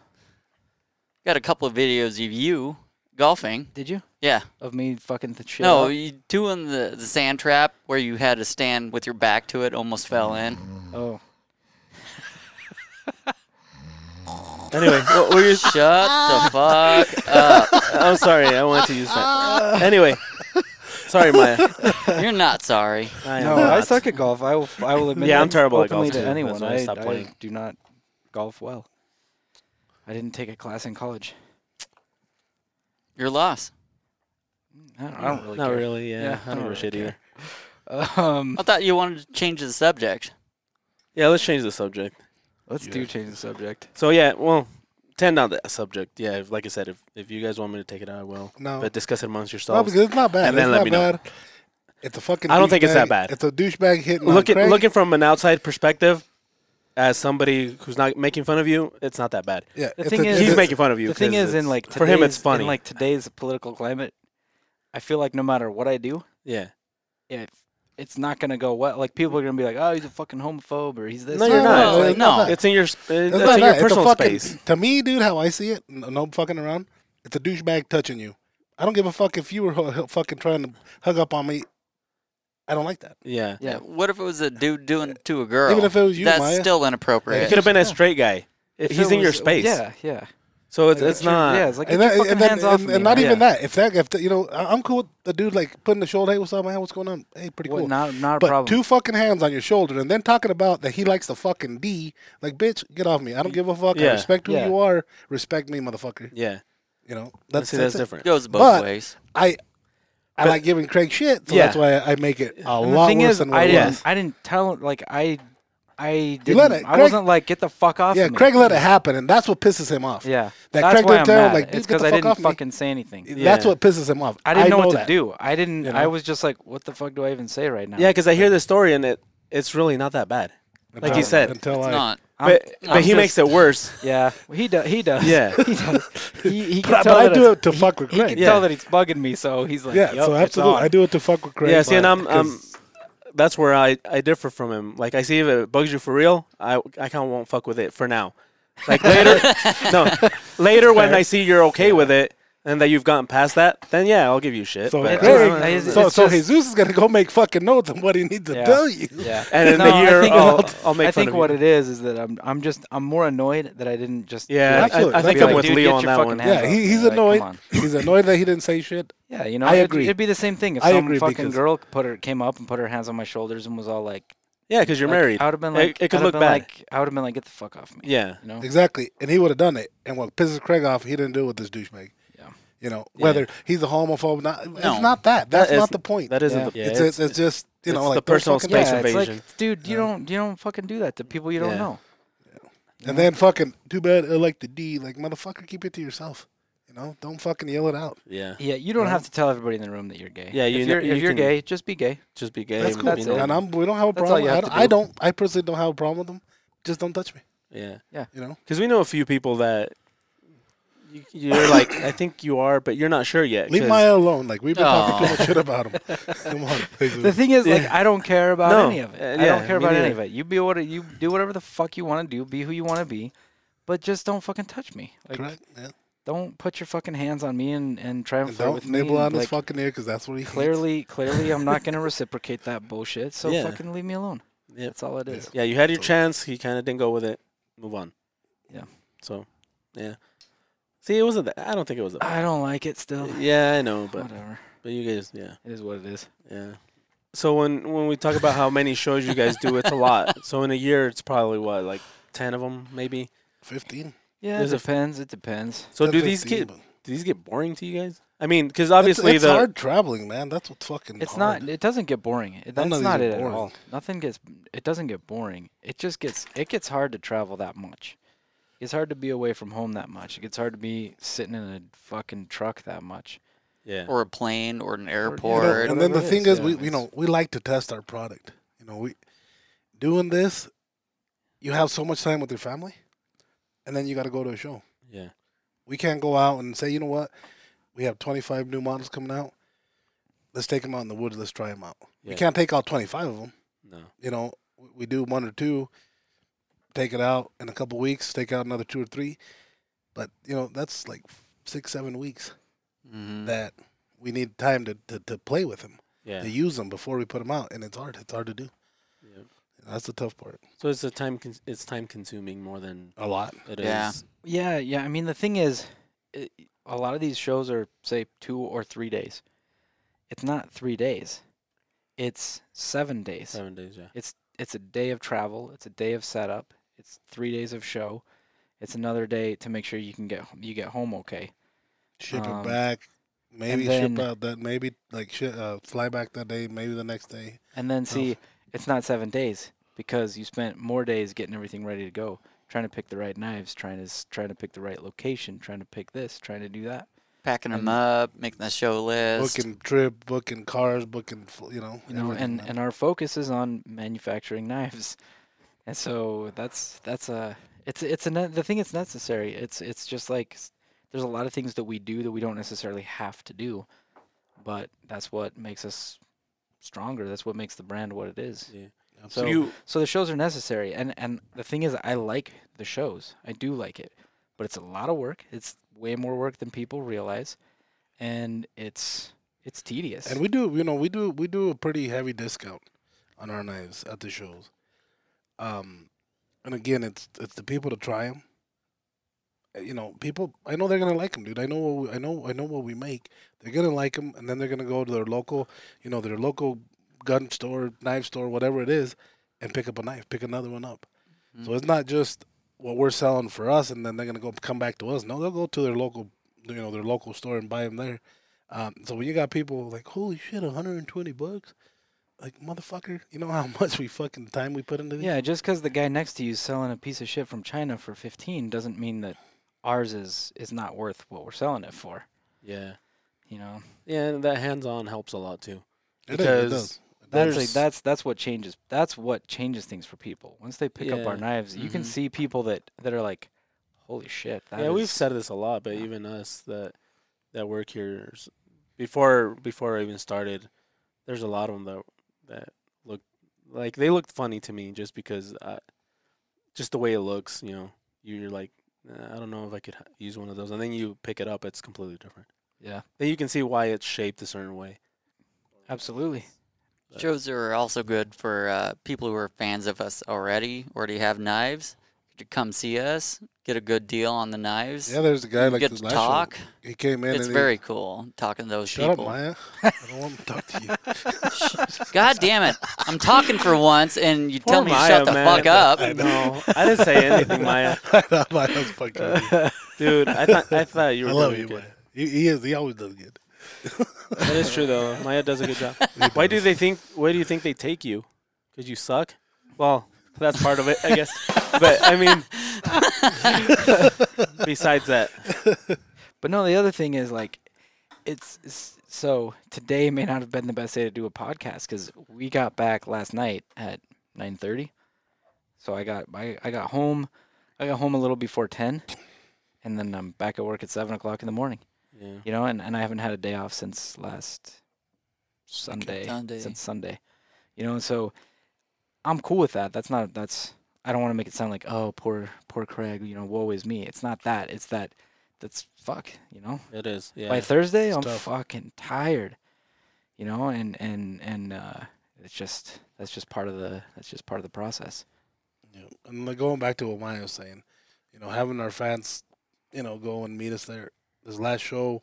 Speaker 4: Got a couple of videos of you golfing.
Speaker 1: Did you?
Speaker 4: Yeah.
Speaker 1: Of me fucking the shit.
Speaker 4: No,
Speaker 1: up?
Speaker 4: you doing the, the sand trap where you had to stand with your back to it, almost fell in.
Speaker 1: Oh.
Speaker 3: anyway, what were you?
Speaker 4: Shut the fuck up.
Speaker 3: I'm sorry. I wanted to use that. Anyway, sorry, Maya.
Speaker 4: You're not sorry.
Speaker 3: I am
Speaker 1: No, I
Speaker 3: not.
Speaker 1: suck at golf. I will. I will admit.
Speaker 3: Yeah,
Speaker 1: that
Speaker 3: I'm terrible at golf,
Speaker 1: openly
Speaker 3: too.
Speaker 1: to
Speaker 3: That's
Speaker 1: anyone.
Speaker 3: why I
Speaker 1: I,
Speaker 3: stopped
Speaker 1: I
Speaker 3: playing.
Speaker 1: do not golf well. I didn't take a class in college.
Speaker 4: Your loss.
Speaker 1: I don't, I don't really
Speaker 3: Not
Speaker 1: care.
Speaker 3: really. Yeah,
Speaker 1: Yeah,
Speaker 3: I don't give a shit
Speaker 1: care.
Speaker 3: either.
Speaker 1: Um,
Speaker 4: I thought you wanted to change the subject.
Speaker 3: Yeah, let's change the subject.
Speaker 1: let's
Speaker 2: Yeah.
Speaker 1: do change the subject.
Speaker 3: So yeah, well, tend on the subject. Yeah, if, like I said, if, if you guys want me to take it out, I will.
Speaker 2: No,
Speaker 3: But discuss it amongst
Speaker 2: no,
Speaker 3: yourselves.
Speaker 2: because it's not bad.
Speaker 3: And then
Speaker 2: it's
Speaker 3: let
Speaker 2: not
Speaker 3: me know.
Speaker 2: bad. It's a fucking.
Speaker 3: I don't think it's that
Speaker 2: douchebag-
Speaker 3: bad.
Speaker 2: It's a douchebag hitting
Speaker 3: Look
Speaker 2: on
Speaker 3: at,
Speaker 2: Craig.
Speaker 3: looking from an outside perspective, as somebody who's not making fun of you, it's not that bad.
Speaker 2: yeah,
Speaker 1: the
Speaker 2: it's
Speaker 1: thing
Speaker 2: a,
Speaker 1: is-
Speaker 2: it's
Speaker 3: He's
Speaker 2: a-
Speaker 3: making fun of you.
Speaker 1: The thing
Speaker 3: 'cause
Speaker 1: is, in
Speaker 3: it's-
Speaker 1: like
Speaker 3: for him, it's
Speaker 1: today's-
Speaker 3: funny.
Speaker 1: In like today's political climate, I feel like no matter what I do,
Speaker 3: yeah,
Speaker 1: if it's not gonna go well, like people are gonna be like, "Oh, he's a fucking homophobe," or he's this.
Speaker 3: No,
Speaker 1: or
Speaker 3: you're
Speaker 1: that."
Speaker 3: not.
Speaker 1: It's like,
Speaker 2: it's not
Speaker 4: no.
Speaker 2: bad.
Speaker 3: it's in your s- uh, it's
Speaker 2: It's not
Speaker 3: in your
Speaker 2: that. It's a
Speaker 3: personal
Speaker 2: fucking.
Speaker 3: space.
Speaker 2: To me, dude, how I see it, n- no fucking around. It's a douchebag touching you. I don't give a fuck if you were hu- hu- fucking trying to hug up on me. I don't like that.
Speaker 3: Yeah,
Speaker 1: Yeah.
Speaker 4: What if it was a dude doing it to a girl?
Speaker 2: Even if it was you,
Speaker 4: That's
Speaker 2: Maya.
Speaker 4: still
Speaker 3: it
Speaker 4: inappropriate.
Speaker 3: could have been a straight guy. If
Speaker 1: If
Speaker 3: he's
Speaker 1: it
Speaker 3: in your
Speaker 1: was-
Speaker 3: space,
Speaker 1: Yeah, yeah.
Speaker 3: So it's
Speaker 2: Like,
Speaker 3: it's
Speaker 1: Sure,
Speaker 3: not.
Speaker 1: Yeah, it's like
Speaker 2: and
Speaker 1: get
Speaker 2: that-
Speaker 1: your fucking
Speaker 2: and, then-
Speaker 1: hands off
Speaker 2: and,
Speaker 1: me.
Speaker 2: and not
Speaker 1: Yeah.
Speaker 2: even that. If that, if the, you know, I- I'm cool with the dude like putting the shoulder. Hey, what's up, man? What's going on? Hey, pretty
Speaker 1: Well,
Speaker 2: cool.
Speaker 1: Not not a
Speaker 2: But
Speaker 1: problem.
Speaker 2: two fucking hands on your shoulder, and then talking about that he likes the fucking D. Like, bitch, get off me. I don't give a fuck. I
Speaker 3: Yeah.
Speaker 2: respect who
Speaker 1: Yeah.
Speaker 2: you are. Respect me, motherfucker.
Speaker 3: Yeah,
Speaker 2: You know,
Speaker 3: that's
Speaker 2: that's
Speaker 3: see, that's
Speaker 2: it.
Speaker 4: It
Speaker 3: different.
Speaker 4: goes both
Speaker 2: But-
Speaker 4: ways.
Speaker 2: I I
Speaker 3: But-
Speaker 2: like giving Craig shit, so
Speaker 3: Yeah.
Speaker 2: that's why I make it a
Speaker 1: And
Speaker 2: lot
Speaker 1: the thing
Speaker 2: worse
Speaker 1: is,
Speaker 2: than what
Speaker 1: I
Speaker 2: it
Speaker 1: didn't.
Speaker 2: was.
Speaker 1: I didn't tell him. Like I, I
Speaker 2: You
Speaker 1: didn't.
Speaker 2: let it-
Speaker 1: I
Speaker 2: Craig-
Speaker 1: wasn't like get the fuck off.
Speaker 2: Yeah,
Speaker 1: me.
Speaker 2: Craig let it happen, and that's what pisses him off.
Speaker 1: Yeah,
Speaker 2: That
Speaker 1: that's
Speaker 2: Craig
Speaker 1: why
Speaker 2: didn't
Speaker 1: I'm
Speaker 2: tell him,
Speaker 1: mad.
Speaker 2: like, dude,
Speaker 1: it's
Speaker 2: get
Speaker 1: because
Speaker 2: the
Speaker 1: I
Speaker 2: fuck
Speaker 1: didn't
Speaker 2: off me.
Speaker 1: fucking say anything.
Speaker 2: That's
Speaker 3: Yeah.
Speaker 2: what pisses him off.
Speaker 1: I didn't know, what
Speaker 2: that.
Speaker 1: to do. I didn't.
Speaker 2: You
Speaker 1: I
Speaker 2: know?
Speaker 1: was just like, what the fuck do I even say right now?
Speaker 3: Yeah, because I hear the story and it it's really not that bad. Like
Speaker 2: Until-
Speaker 3: you said.
Speaker 2: until
Speaker 4: It's
Speaker 2: I
Speaker 4: not.
Speaker 1: I'm-
Speaker 3: But but
Speaker 4: I'm
Speaker 3: he
Speaker 4: just-
Speaker 3: makes it worse.
Speaker 1: yeah, he does. He does.
Speaker 3: Yeah.
Speaker 1: he does. He, he can
Speaker 2: but,
Speaker 1: tell
Speaker 2: but I
Speaker 1: that
Speaker 2: do
Speaker 1: it's-
Speaker 2: it to fuck with
Speaker 1: He can
Speaker 2: Craig.
Speaker 3: Yeah.
Speaker 1: tell that he's bugging me, so he's like,
Speaker 2: Yeah,
Speaker 1: "Yup,
Speaker 2: so
Speaker 1: it's
Speaker 2: absolutely,
Speaker 1: on."
Speaker 2: I do it to fuck with Craig.
Speaker 3: yeah, see, and
Speaker 2: but-
Speaker 3: I'm um,
Speaker 2: 'cause
Speaker 3: that's where I I differ from him. Like I see if it bugs you for real, I I kind of won't fuck with it for now. Like later, no, later when I see you're okay with it and that you've gotten past that, then yeah, I'll give you shit.
Speaker 2: So,
Speaker 3: but-
Speaker 1: It
Speaker 2: Craig,
Speaker 1: just- it's-
Speaker 2: so,
Speaker 1: it's
Speaker 2: so
Speaker 1: just-
Speaker 2: Jesus is gonna go make fucking notes on what he needs to
Speaker 1: Yeah.
Speaker 2: tell you.
Speaker 1: Yeah.
Speaker 3: and in
Speaker 1: No,
Speaker 3: the
Speaker 1: I
Speaker 3: year,
Speaker 1: think
Speaker 3: I'll,
Speaker 1: what-
Speaker 3: I'll make
Speaker 1: I
Speaker 3: fun
Speaker 1: think
Speaker 3: of
Speaker 1: what
Speaker 3: you.
Speaker 1: it is is that I'm I'm just I'm more annoyed that I didn't just
Speaker 3: Yeah,
Speaker 1: like,
Speaker 3: I- I,
Speaker 2: Absolutely.
Speaker 3: think
Speaker 1: be
Speaker 3: I'm
Speaker 1: like,
Speaker 3: with
Speaker 1: "Dude,
Speaker 3: Leo
Speaker 1: get
Speaker 3: on
Speaker 1: your
Speaker 3: that
Speaker 1: fucking
Speaker 3: one.
Speaker 1: hands
Speaker 2: Yeah,
Speaker 1: off
Speaker 2: he,
Speaker 1: me."
Speaker 2: he's
Speaker 1: Like, come
Speaker 2: annoyed.
Speaker 1: on.
Speaker 2: He's annoyed that he didn't say shit.
Speaker 1: Yeah, you know,
Speaker 2: I
Speaker 1: it'd,
Speaker 2: agree.
Speaker 1: It'd be the same thing if
Speaker 2: I
Speaker 1: some
Speaker 2: agree
Speaker 1: fucking
Speaker 2: because-
Speaker 1: girl put her came up and put her hands on my shoulders and was all like,
Speaker 3: Yeah, because you're
Speaker 1: like,
Speaker 3: married.
Speaker 1: I would have been
Speaker 3: It-
Speaker 1: like,
Speaker 3: it could
Speaker 1: I'd have
Speaker 3: look
Speaker 1: been
Speaker 3: bad.
Speaker 1: Like, I would have been like, get the fuck off me.
Speaker 3: Yeah,
Speaker 1: You know.
Speaker 2: Exactly, and he would have done it. And what pisses Craig off, he didn't do it with this douchebag.
Speaker 1: Yeah.
Speaker 2: You know,
Speaker 3: Yeah.
Speaker 2: whether he's a homophobe, not
Speaker 4: No.
Speaker 2: it's not that. That's
Speaker 3: is-
Speaker 2: not the point.
Speaker 3: that isn't
Speaker 1: Yeah.
Speaker 3: the.
Speaker 2: it's, it's, it's just you know
Speaker 3: it's
Speaker 2: like
Speaker 3: the
Speaker 2: don't
Speaker 3: personal
Speaker 2: fucking-
Speaker 3: space
Speaker 1: yeah,
Speaker 3: invasion.
Speaker 1: it's like, dude, you
Speaker 2: Yeah.
Speaker 1: don't you don't fucking do that to people you don't
Speaker 3: Yeah.
Speaker 1: know.
Speaker 2: And then fucking too bad uh, like the D like motherfucker keep it to yourself. You know, don't fucking yell it out.
Speaker 3: yeah,
Speaker 1: Yeah, you don't
Speaker 2: Yeah.
Speaker 1: have to tell everybody in the room that you're gay.
Speaker 3: Yeah, you
Speaker 1: if
Speaker 3: kn-
Speaker 1: you're, if
Speaker 3: you
Speaker 1: you're
Speaker 3: can-
Speaker 1: gay, just be gay.
Speaker 3: just be gay.
Speaker 2: That's
Speaker 3: and
Speaker 2: cool.
Speaker 3: be
Speaker 1: that's
Speaker 3: normal.
Speaker 1: it.
Speaker 2: And I'm we don't have a
Speaker 1: That's all
Speaker 2: problem.
Speaker 1: you
Speaker 2: I
Speaker 1: have
Speaker 2: don't,
Speaker 1: to
Speaker 2: I
Speaker 1: do.
Speaker 2: don't. I personally don't have a problem with them. Just don't touch me.
Speaker 3: Yeah.
Speaker 2: You know.
Speaker 3: Because we know a few people that you, you're like, I think you are, but you're not sure yet.
Speaker 2: Leave
Speaker 3: 'cause-
Speaker 2: Maya alone. Like we've been talking
Speaker 4: Aw.
Speaker 2: too much shit about him. Come on.
Speaker 1: The thing is, like, I don't care about
Speaker 3: No,
Speaker 1: any of it.
Speaker 3: uh,
Speaker 1: I
Speaker 3: yeah,
Speaker 1: don't care
Speaker 3: me
Speaker 1: about any of
Speaker 3: neither.
Speaker 1: it. You be what you do, whatever the fuck you want to do, be who you want to be, but just don't fucking touch me. Like,
Speaker 2: Correct. Yeah.
Speaker 1: don't put your fucking hands on me and and try and,
Speaker 2: And
Speaker 1: flirt
Speaker 2: don't
Speaker 1: with me.
Speaker 2: nibble
Speaker 1: and,
Speaker 2: on his
Speaker 1: like,
Speaker 2: fucking ear because that's what he hates.
Speaker 1: Clearly, clearly, I'm not gonna reciprocate that bullshit. So
Speaker 3: Yeah.
Speaker 1: fucking leave me alone.
Speaker 3: Yeah.
Speaker 1: That's all it is.
Speaker 3: Yeah, you had your chance. You kind of didn't go with it. Move on.
Speaker 1: Yeah.
Speaker 3: So, yeah. See, it wasn't that. I don't think it was that.
Speaker 1: I don't like it still.
Speaker 3: Yeah, I know, but
Speaker 1: Whatever.
Speaker 3: but you guys, yeah,
Speaker 1: It is what it is.
Speaker 3: yeah. So when when we talk about how many shows you guys do, it's a lot. So in a year, it's probably what like ten of them, maybe.
Speaker 2: Fifteen.
Speaker 1: Yeah,
Speaker 3: There's a-
Speaker 1: it depends. It depens.
Speaker 3: So
Speaker 2: Ten,
Speaker 3: do these
Speaker 2: 15,
Speaker 3: get
Speaker 2: but-
Speaker 3: do
Speaker 2: It's-
Speaker 3: these get boring to you guys? I mean, because obviously
Speaker 2: it's
Speaker 3: the
Speaker 2: hard traveling, man. That's what's fucking.
Speaker 1: It's
Speaker 2: hard.
Speaker 1: not. It doesn't get boring.
Speaker 2: None
Speaker 1: It- That's
Speaker 2: of these
Speaker 1: not
Speaker 2: are
Speaker 1: it at
Speaker 2: boring.
Speaker 1: all. Nothing gets. It doesn't get boring. It just gets. It gets hard to travel that much. It's hard to be away from home that much. It gets hard to be sitting in a fucking truck that much.
Speaker 3: yeah
Speaker 4: Or a plane or an
Speaker 2: You
Speaker 4: airport.
Speaker 2: know,
Speaker 1: Or
Speaker 2: and then the
Speaker 1: whatever it
Speaker 2: thing
Speaker 1: is,
Speaker 2: is,
Speaker 1: yeah,
Speaker 2: we
Speaker 1: it
Speaker 2: you
Speaker 1: is.
Speaker 2: know we like to test our product. You know, we doing this. You have so much time with your family, and then you got to go to a show.
Speaker 3: yeah
Speaker 2: We can't go out and say, you know what, we have 25 new models coming out. Let's take them out in the woods. Let's try them out. We
Speaker 3: Yeah.
Speaker 2: can't take out 25 of them.
Speaker 3: no
Speaker 2: You know, we- we do one or two, take it out in a couple weeks, take out another two or three. But you know, that's like six, seven weeks
Speaker 4: Mhm.
Speaker 2: that we need time to, to, to play with them
Speaker 3: yeah.
Speaker 2: to use them before we put them out, and it's hard. It's hard to do.
Speaker 3: yeah.
Speaker 2: That's the tough part.
Speaker 3: So it's a time con- it's time consuming more than
Speaker 2: A lot.
Speaker 3: it is.
Speaker 4: Yeah.
Speaker 1: Yeah, yeah. I mean, the thing is, it, a lot of these shows are say two or three days. It's not three days. It's seven days.
Speaker 3: Seven days, yeah.
Speaker 1: it's a day of travel, it's a day of setup, it's three days of show, it's another day to make sure you can get you get home okay.
Speaker 2: Ship
Speaker 1: Um,
Speaker 2: it back, Maybe
Speaker 1: then-
Speaker 2: ship out that. Maybe like shi uh, fly back that day. Maybe the next day.
Speaker 1: And then see, it's not seven days because you spent more days getting everything ready to go, trying to pick the right knives, trying to s- trying to pick the right location, trying to pick this, trying to do that.
Speaker 4: Packing them
Speaker 1: And-
Speaker 4: up, making the show list.
Speaker 2: Booking trip, booking cars, booking. fl- You know.
Speaker 1: You know,
Speaker 2: everything,
Speaker 1: and
Speaker 2: man.
Speaker 1: and our focus is on manufacturing knives, and so that's that's a it's it's a ne- the thing. It's necessary. It's it's just like s- there's a lot of things that we do that we don't necessarily have to do, but that's what makes us stronger. That's what makes the brand what it is.
Speaker 3: Yeah.
Speaker 1: So,
Speaker 3: you
Speaker 1: So the shows are necessary, and and the thing is, I like the shows. I do like it, but it's a lot of work. It's way more work than people realize, and it's it's tedious.
Speaker 2: And we do, you know, we do we do a pretty heavy discount on our knives at the shows. Um, and again, it's it's the people to try them. You know, people. I know they're gonna like them, dude. I know. What we, I know. I know what we make. They're gonna like them, and then they're gonna go to their local, you know, their local gun store, knife store, whatever it is, and pick up a knife, pick another one up.
Speaker 4: Mm-hmm.
Speaker 2: So it's not just what we're selling for us, and then they're gonna go come back to us. No, they'll go to their local, you know, their local store and buy them there. Um, so when you got people like, holy shit, 120 bucks, like motherfucker, you know how much we fucking time we put into this?
Speaker 1: yeah, just because the guy next to you is selling a piece of shit from China for fifteen doesn't mean that ours is is not worth what we're selling it for.
Speaker 3: yeah
Speaker 1: You know,
Speaker 3: yeah and that hands on helps a lot too.
Speaker 2: it, is, it
Speaker 3: because
Speaker 2: does.
Speaker 1: that's like,
Speaker 3: There's-
Speaker 1: that's that's what changes. That's what changes things for people. Once they pick up
Speaker 3: Yeah.
Speaker 1: our
Speaker 3: Mm-hmm.
Speaker 1: knives, you can
Speaker 4: Mhm.
Speaker 1: see people that that are like, holy shit. That
Speaker 3: yeah, we've
Speaker 1: is-
Speaker 3: said this a lot, but even us that that work here s- before before I even started, there's a lot of them that that look like they looked funny to me just because I, just the way it looks, you know, you're like "Nah, I don't know if I could h- use one of those, and then you pick it up, it's completely different.
Speaker 1: yeah,
Speaker 3: Then you can see why it's shaped a certain way.
Speaker 1: absolutely.
Speaker 4: Shows are also good for uh, people who are fans of us already, already have knives. To come see us, get a good deal on the knives.
Speaker 2: Yeah, there's a guy like
Speaker 4: get
Speaker 2: this
Speaker 4: to
Speaker 2: last show,
Speaker 4: talk.
Speaker 2: He came in.
Speaker 4: it's
Speaker 2: and
Speaker 4: very
Speaker 2: He,
Speaker 4: cool talking to those
Speaker 2: Shut up,
Speaker 4: people.
Speaker 2: Maya. I don't want to talk to you.
Speaker 4: God damn it! I'm talking for once, and you tell
Speaker 3: Poor
Speaker 4: me to
Speaker 3: Maya,
Speaker 4: shut the
Speaker 3: man.
Speaker 4: fuck
Speaker 2: I
Speaker 4: up.
Speaker 2: know.
Speaker 3: No, I didn't say anything, Maya.
Speaker 2: I thought Maya's fucking. with you.
Speaker 3: Dude, I thought I thought you
Speaker 2: I
Speaker 3: were.
Speaker 2: love
Speaker 3: doing
Speaker 2: you,
Speaker 3: good.
Speaker 2: Maya. He, he is. He always does good.
Speaker 3: That is true though. Maya does a good job. Why do they think? Why do you think they take you? Because you suck. Well, that's part of it, I guess. But I mean, besides that,
Speaker 1: But no, the other thing is like, it's, it's so today may not have been the best day to do a podcast because we got back last night at nine thirty. So I got I, I got home, I got home a little before ten, and then I'm back at work at seven o'clock in the morning.
Speaker 3: yeah,
Speaker 1: You know, and, and I haven't had a day off since last Sunday.
Speaker 4: Sunday.
Speaker 1: Since Sunday, you know, and so I'm cool with that. That's not that's I don't want to make it sound like oh poor poor Craig, you know, woe is me. It's not that. It's that that's fuck. You know,
Speaker 3: it is. Yeah,
Speaker 1: by Thursday
Speaker 2: it's
Speaker 1: I'm
Speaker 2: tough.
Speaker 1: fucking tired. You know, and and and uh, it's just that's just part of the that's just part of the process.
Speaker 2: Yeah. And like going back to what Maya was saying, you know, having our fans, you know, go and meet us there. This last show,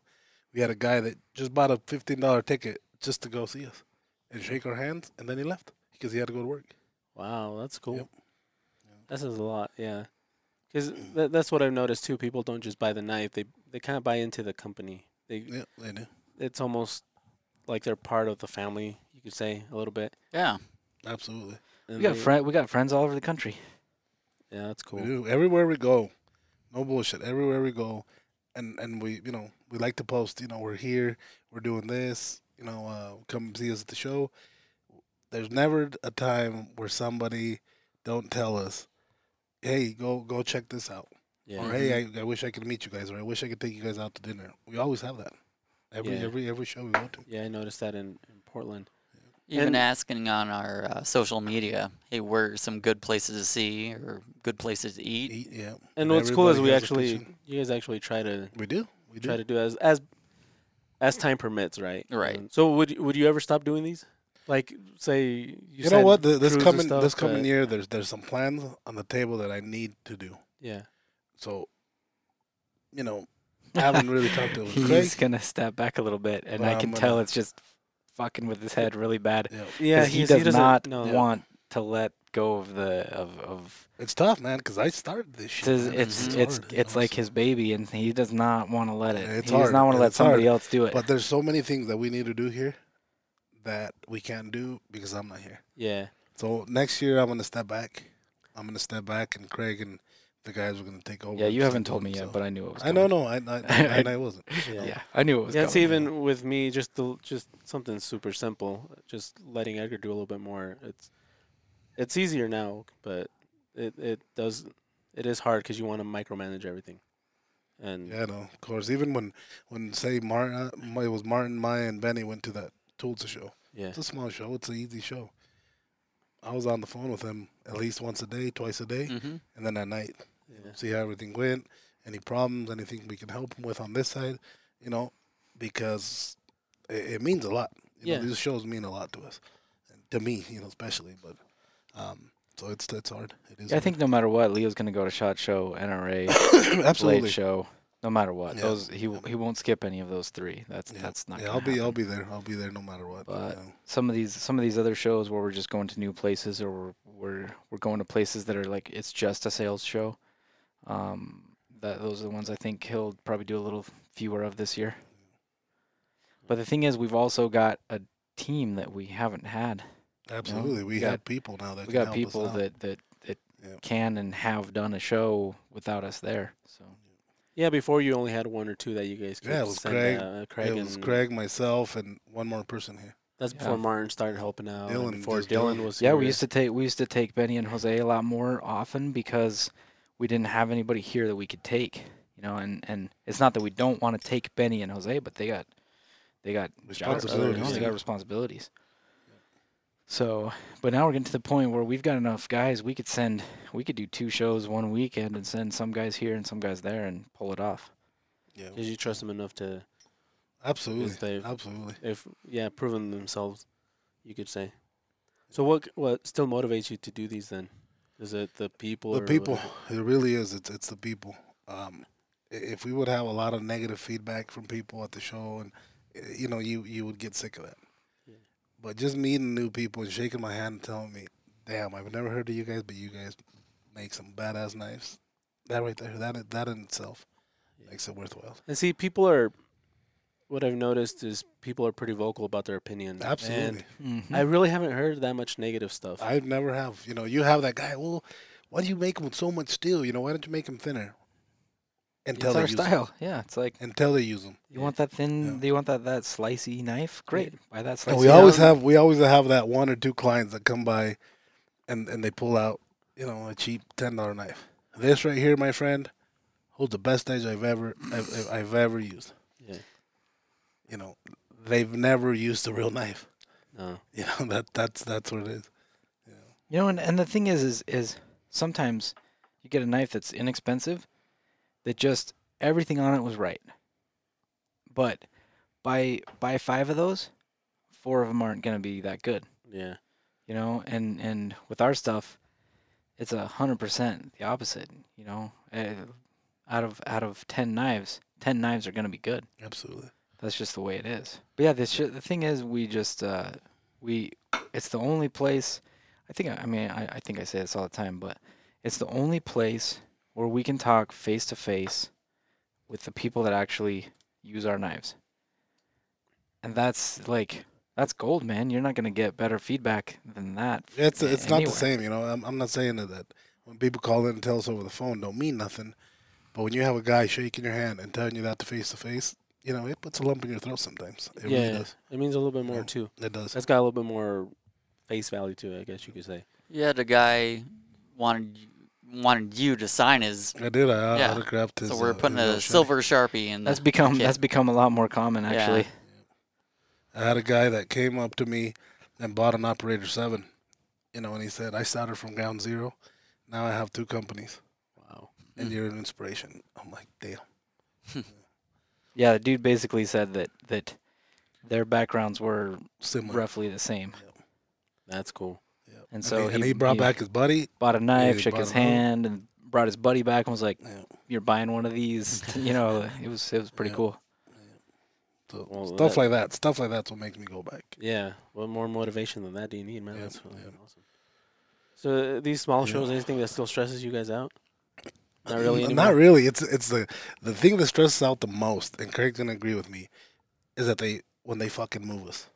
Speaker 2: we had a guy that just bought a fifteen dollar ticket just to go see us and shake our hands, and then he left because he had to go to work.
Speaker 3: wow, that's cool.
Speaker 2: Yep.
Speaker 3: That says a lot. Yeah, because th- that's what I've noticed too. People don't just buy the knife; they they kind of buy into the company. They
Speaker 2: Yeah, they do.
Speaker 3: it's almost like they're part of the family. You could say a little bit.
Speaker 4: Yeah,
Speaker 2: Absolutely,
Speaker 3: And
Speaker 1: We got
Speaker 3: they-
Speaker 1: friend we got friends all over the country.
Speaker 3: Yeah, that's cool.
Speaker 2: we do. Everywhere we go, no bullshit. Everywhere we go, and and we, you know, we like to post. You know, we're here, we're doing this. You know, uh, come see us at the show. There's never a time where somebody don't tell us, "Hey, go go check this out."
Speaker 3: Yeah.
Speaker 2: or hey, I, I wish I could meet you guys, or I wish I could take you guys out to dinner. We always have that. Every
Speaker 3: Yeah.
Speaker 2: every every show we go to.
Speaker 3: Yeah, I noticed that in, in Portland.
Speaker 4: even
Speaker 3: And-
Speaker 4: asking on our uh, social media, hey, where are some good places to see or good places to eat?
Speaker 2: Eat, yeah.
Speaker 3: And what's cool is
Speaker 2: everybody
Speaker 3: we
Speaker 2: has a
Speaker 3: actually,
Speaker 2: picture.
Speaker 3: you guys actually try to
Speaker 2: we do we do.
Speaker 3: try to do as as as time permits, right?
Speaker 4: Right.
Speaker 3: Um, so would would you ever stop doing these? Like, say you,
Speaker 2: you know what? The, this
Speaker 3: cruise and
Speaker 2: coming
Speaker 3: stuff,
Speaker 2: this coming
Speaker 3: but-
Speaker 2: year, there's there's some plans on the table that I need to do.
Speaker 3: Yeah.
Speaker 2: So, you know, I haven't really talked to him.
Speaker 1: He's gonna step back a little bit, and
Speaker 2: But
Speaker 1: I
Speaker 2: I'm
Speaker 1: can
Speaker 2: gonna-
Speaker 1: tell it's just fucking with his head really bad.
Speaker 2: Yeah.
Speaker 3: Yeah.
Speaker 1: Yeah, he, does
Speaker 3: doesn't-
Speaker 1: not
Speaker 3: no.
Speaker 1: want to let go of the of of
Speaker 2: It's tough, man, because I started this shit.
Speaker 1: it's
Speaker 2: man,
Speaker 1: it's it's,
Speaker 2: hard, you
Speaker 1: it's
Speaker 2: know,
Speaker 1: like
Speaker 2: so-
Speaker 1: his baby, and he does not want to let it.
Speaker 2: It's
Speaker 1: he does
Speaker 2: hard,
Speaker 1: not want
Speaker 2: and
Speaker 1: to let
Speaker 2: it's hard,
Speaker 1: somebody else do it.
Speaker 2: But there's so many things that we need to do here that we can't do because I'm not here.
Speaker 3: Yeah.
Speaker 2: So next year I'm gonna step back. I'm gonna step back, and Craig and the guys are gonna take over.
Speaker 1: yeah,
Speaker 2: and
Speaker 1: you haven't
Speaker 2: step
Speaker 1: told
Speaker 2: in,
Speaker 1: me yet,
Speaker 2: so-
Speaker 1: but I knew it was.
Speaker 2: I
Speaker 1: coming.
Speaker 2: don't know. I I, I, and I wasn't.
Speaker 3: Yeah.
Speaker 1: Yeah, I knew it was.
Speaker 3: Yeah, it's
Speaker 1: coming.
Speaker 3: even with me. Just the just something super simple. Just letting Edgar do a little bit more. It's it's easier now, but it it does it is hard because you want to micromanage everything. And
Speaker 2: Yeah, no, of course. Even when when say Martin, uh, Ma- it was Martin, Maya, and Benny went to that Tulsa show.
Speaker 3: yeah,
Speaker 2: It's a small show. It's an easy show. I was on the phone with him at least once a day, twice a
Speaker 1: Mm.
Speaker 2: day,
Speaker 4: Mm-hmm.
Speaker 2: and then at night.
Speaker 3: yeah.
Speaker 2: see how everything went, any problems, anything we can help him with on this side, you know, because it, it means a lot. You
Speaker 3: Yeah.
Speaker 2: know, these shows mean a lot to us, and to me, you know, especially. But um, so it's it's hard. It is.
Speaker 1: Yeah, I think no matter what, Leo's gonna go to Shot Show, NRA,
Speaker 2: hard.
Speaker 1: Blade
Speaker 2: absolutely.
Speaker 1: Show. No matter what,
Speaker 2: Yeah.
Speaker 1: those he w- he won't skip any of those three. That's
Speaker 2: Yeah.
Speaker 1: that's not.
Speaker 2: Yeah,
Speaker 1: gonna
Speaker 2: I'll be I'll
Speaker 1: happen.
Speaker 2: be there. I'll be there no matter what.
Speaker 1: But-
Speaker 2: you know.
Speaker 1: some of these some of these other shows where we're just going to new places or we're we're, we're going to places that are like it's just a sales show. Um, that those are the ones I think he'll probably do a little fewer of this year. But the thing is, we've also got a team that we haven't had.
Speaker 2: Absolutely, we
Speaker 1: we got-
Speaker 2: have people now that
Speaker 1: We
Speaker 2: can
Speaker 1: got
Speaker 2: help
Speaker 1: people
Speaker 2: us out.
Speaker 1: that that that
Speaker 2: Yeah.
Speaker 1: can and have done a show without us there. So
Speaker 3: Yeah, before you only had one or two that you guys could
Speaker 2: Yeah, it was
Speaker 3: send,
Speaker 2: Craig.
Speaker 3: uh, Craig
Speaker 2: It was
Speaker 3: and-
Speaker 2: Craig, myself, and one more person here.
Speaker 3: That's
Speaker 1: Yeah.
Speaker 3: before Martin started helping out. and
Speaker 2: Dylan,
Speaker 3: before
Speaker 2: just Dylan.
Speaker 3: Dylan, was
Speaker 1: yeah, we used to take we used to take Benny and Jose a lot more often because we didn't have anybody here that we could take. You know, and and it's not that we don't want to take Benny and Jose, but they got they got jobs,
Speaker 2: Responsibilities,
Speaker 1: you know, They
Speaker 2: yeah.
Speaker 1: got responsibilities. So, but now we're getting to the point where we've got enough guys. We could send we could do two shows one weekend and send some guys here and some guys there and pull it off.
Speaker 2: Yeah,
Speaker 3: Did you trust them enough to
Speaker 2: absolutely,
Speaker 3: Yes, Dave.
Speaker 2: absolutely.
Speaker 3: if yeah proven themselves, you could say. So what what still motivates you to do these then? Is it the people?
Speaker 2: the
Speaker 3: or
Speaker 2: people
Speaker 3: what-
Speaker 2: it really is it's it's the people um i- if we would have a lot of negative feedback from people at the show and uh, you know you you would get sick of that
Speaker 3: Yeah.
Speaker 2: but just meeting new people and shaking my hand and telling me damn i've never heard of you guys but you guys make some badass knives that right there that i- that in itself
Speaker 3: Yeah.
Speaker 2: makes it worthwhile
Speaker 3: And see, people are. What I've noticed is people are pretty vocal about their opinions.
Speaker 2: absolutely
Speaker 3: And I really haven't heard that much negative stuff.
Speaker 2: i never have you know you have that guy well why do you make him with so much steel you know why don't you make him thinner
Speaker 1: it's
Speaker 2: until they
Speaker 1: our
Speaker 2: use 'em.
Speaker 1: style. Yeah, it's like
Speaker 2: until they use them
Speaker 1: you want that thin,
Speaker 2: Yeah.
Speaker 1: do you want that that slicey knife? Great, buy that slicey.
Speaker 2: And we always
Speaker 1: knife.
Speaker 2: have we always have that one or two clients that come by, and and they pull out, you know, a cheap ten dollar knife. This right here, my friend, holds the best edge I've ever I've, I've ever used.
Speaker 3: Yeah.
Speaker 2: You know, they've never used a real knife.
Speaker 3: No.
Speaker 2: You know that that's that's what it is.
Speaker 1: You know, and, and the thing is, is, is sometimes you get a knife that's inexpensive, that just everything on it was right. But buy buy five of those, four of them aren't gonna be that good.
Speaker 3: Yeah.
Speaker 1: You know, and and with our stuff, it's a hundred percent the opposite. You know, Eh, out of out of ten knives, ten knives are gonna be good.
Speaker 2: Absolutely.
Speaker 1: That's just the way it is. But yeah, the sh- the thing is, we just uh, we it's the only place. I think I, I mean I, I think I say this all the time, but it's the only place where we can talk face to face with the people that actually use our knives, and that's like that's gold, man. You're not gonna get better feedback than that. f-
Speaker 2: It's
Speaker 1: a-
Speaker 2: it's not the
Speaker 1: anywhere.
Speaker 2: same. You know, I'm I'm not saying that, that when people call in and tell us over the phone don't mean nothing, but when you have a guy shaking your hand and telling you that to face to face, you know, it puts a lump in your throat sometimes. It
Speaker 3: yeah.
Speaker 2: really does.
Speaker 3: It means a little bit more
Speaker 2: Yeah.
Speaker 3: too.
Speaker 2: It does.
Speaker 3: That's got a little bit more face value to it, I guess you could say.
Speaker 4: You had a guy wanted wanted you to sign his,
Speaker 2: I did. I
Speaker 4: Yeah.
Speaker 2: autographed his.
Speaker 4: so we're
Speaker 2: uh,
Speaker 4: putting
Speaker 2: his
Speaker 4: a
Speaker 2: little shiny.
Speaker 4: silver sharpie in.
Speaker 1: That's
Speaker 4: That's
Speaker 1: become
Speaker 4: Yeah.
Speaker 1: that's become a lot more common
Speaker 4: Yeah.
Speaker 1: actually.
Speaker 2: I had a guy that came up to me and bought an Operator Seven, you know, and he said, "I started from ground zero. Now I have two companies,
Speaker 3: Wow.
Speaker 2: and
Speaker 4: Mm.
Speaker 2: you're an inspiration." I'm like, "Damn."
Speaker 1: Yeah, the dude basically said that that their backgrounds were
Speaker 2: Similar.
Speaker 1: roughly the same,
Speaker 3: That's cool.
Speaker 1: and
Speaker 2: And
Speaker 1: so
Speaker 2: he, and he brought
Speaker 1: he-
Speaker 2: back oh. his buddy.
Speaker 1: bought a knife,
Speaker 2: he
Speaker 1: shook
Speaker 2: bought
Speaker 1: his
Speaker 2: a knife.
Speaker 1: hand, and brought his buddy back and was like,
Speaker 2: Yeah.
Speaker 1: "You're buying one of these." you know, it was it was pretty
Speaker 2: Yeah.
Speaker 1: cool.
Speaker 2: So
Speaker 3: Well,
Speaker 2: stuff
Speaker 3: that-
Speaker 2: like that. Stuff like that's what makes me go back.
Speaker 3: Yeah. What more motivation than that do you need, man?
Speaker 2: Yeah,
Speaker 3: That's really
Speaker 2: yeah.
Speaker 3: awesome. So uh, these small shows, anything that still stresses you guys out?
Speaker 1: Mm,
Speaker 3: Not really.
Speaker 2: N-
Speaker 3: Anymore.
Speaker 2: Not really. It's it's the the thing that stresses out the most, and Craig's gonna agree with me, is that they when they fucking move us.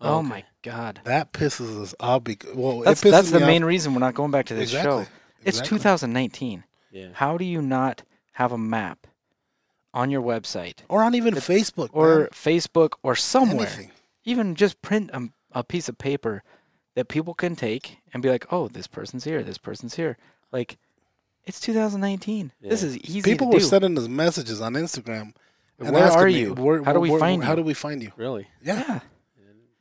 Speaker 1: Oh,
Speaker 3: okay.
Speaker 1: my god.
Speaker 2: That pisses us off. Because, well,
Speaker 1: That's
Speaker 2: it pisses
Speaker 1: that's the
Speaker 2: me
Speaker 1: main
Speaker 2: off.
Speaker 1: reason we're not going back to this show.
Speaker 2: Exactly.
Speaker 1: It's
Speaker 2: Exactly.
Speaker 1: 2019.
Speaker 3: Yeah.
Speaker 1: How do you not have a map on your website
Speaker 2: or on even Facebook
Speaker 1: or
Speaker 2: man.
Speaker 1: Facebook or somewhere?
Speaker 2: Anything.
Speaker 1: Even just print a, a piece of paper that people can take and be like, "Oh, this person's here. This person's here." Like, it's 2019. This
Speaker 3: Yeah.
Speaker 1: is easy.
Speaker 2: People
Speaker 1: to
Speaker 2: were
Speaker 1: do.
Speaker 2: sending us messages on Instagram. and
Speaker 1: Where
Speaker 2: asking
Speaker 1: are
Speaker 2: me,
Speaker 1: you?
Speaker 2: "Where-
Speaker 1: How do we
Speaker 2: where-
Speaker 1: find
Speaker 2: How
Speaker 1: you?"
Speaker 2: do we find you?
Speaker 3: Really?
Speaker 2: Yeah.
Speaker 1: Yeah.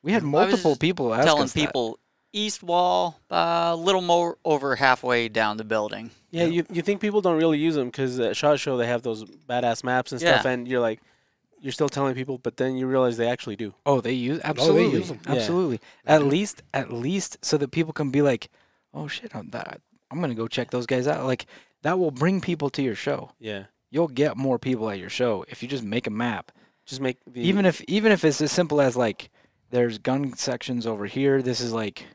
Speaker 1: We had
Speaker 4: I was
Speaker 1: multiple
Speaker 4: just
Speaker 1: people ask
Speaker 4: telling
Speaker 1: us that.
Speaker 4: people east wall, uh, a little more over halfway down the building.
Speaker 3: Yeah. You, you think people don't really use them because at Shot Show they have those badass maps and stuff,
Speaker 4: Yeah.
Speaker 3: and you're like, you're still telling people, but then you realize they actually do.
Speaker 1: Oh, they use
Speaker 2: they
Speaker 1: absolutely,
Speaker 2: use 'em.
Speaker 3: Yeah.
Speaker 1: absolutely. At least, at least, so that people can be like, "Oh shit, I'm that. I'm gonna go check those guys out." Like that will bring people to your show.
Speaker 3: Yeah.
Speaker 1: You'll get more people at your show if you just make a map.
Speaker 3: Just make the
Speaker 1: Even if, even if it's as simple as like, there's gun sections over here. This is like,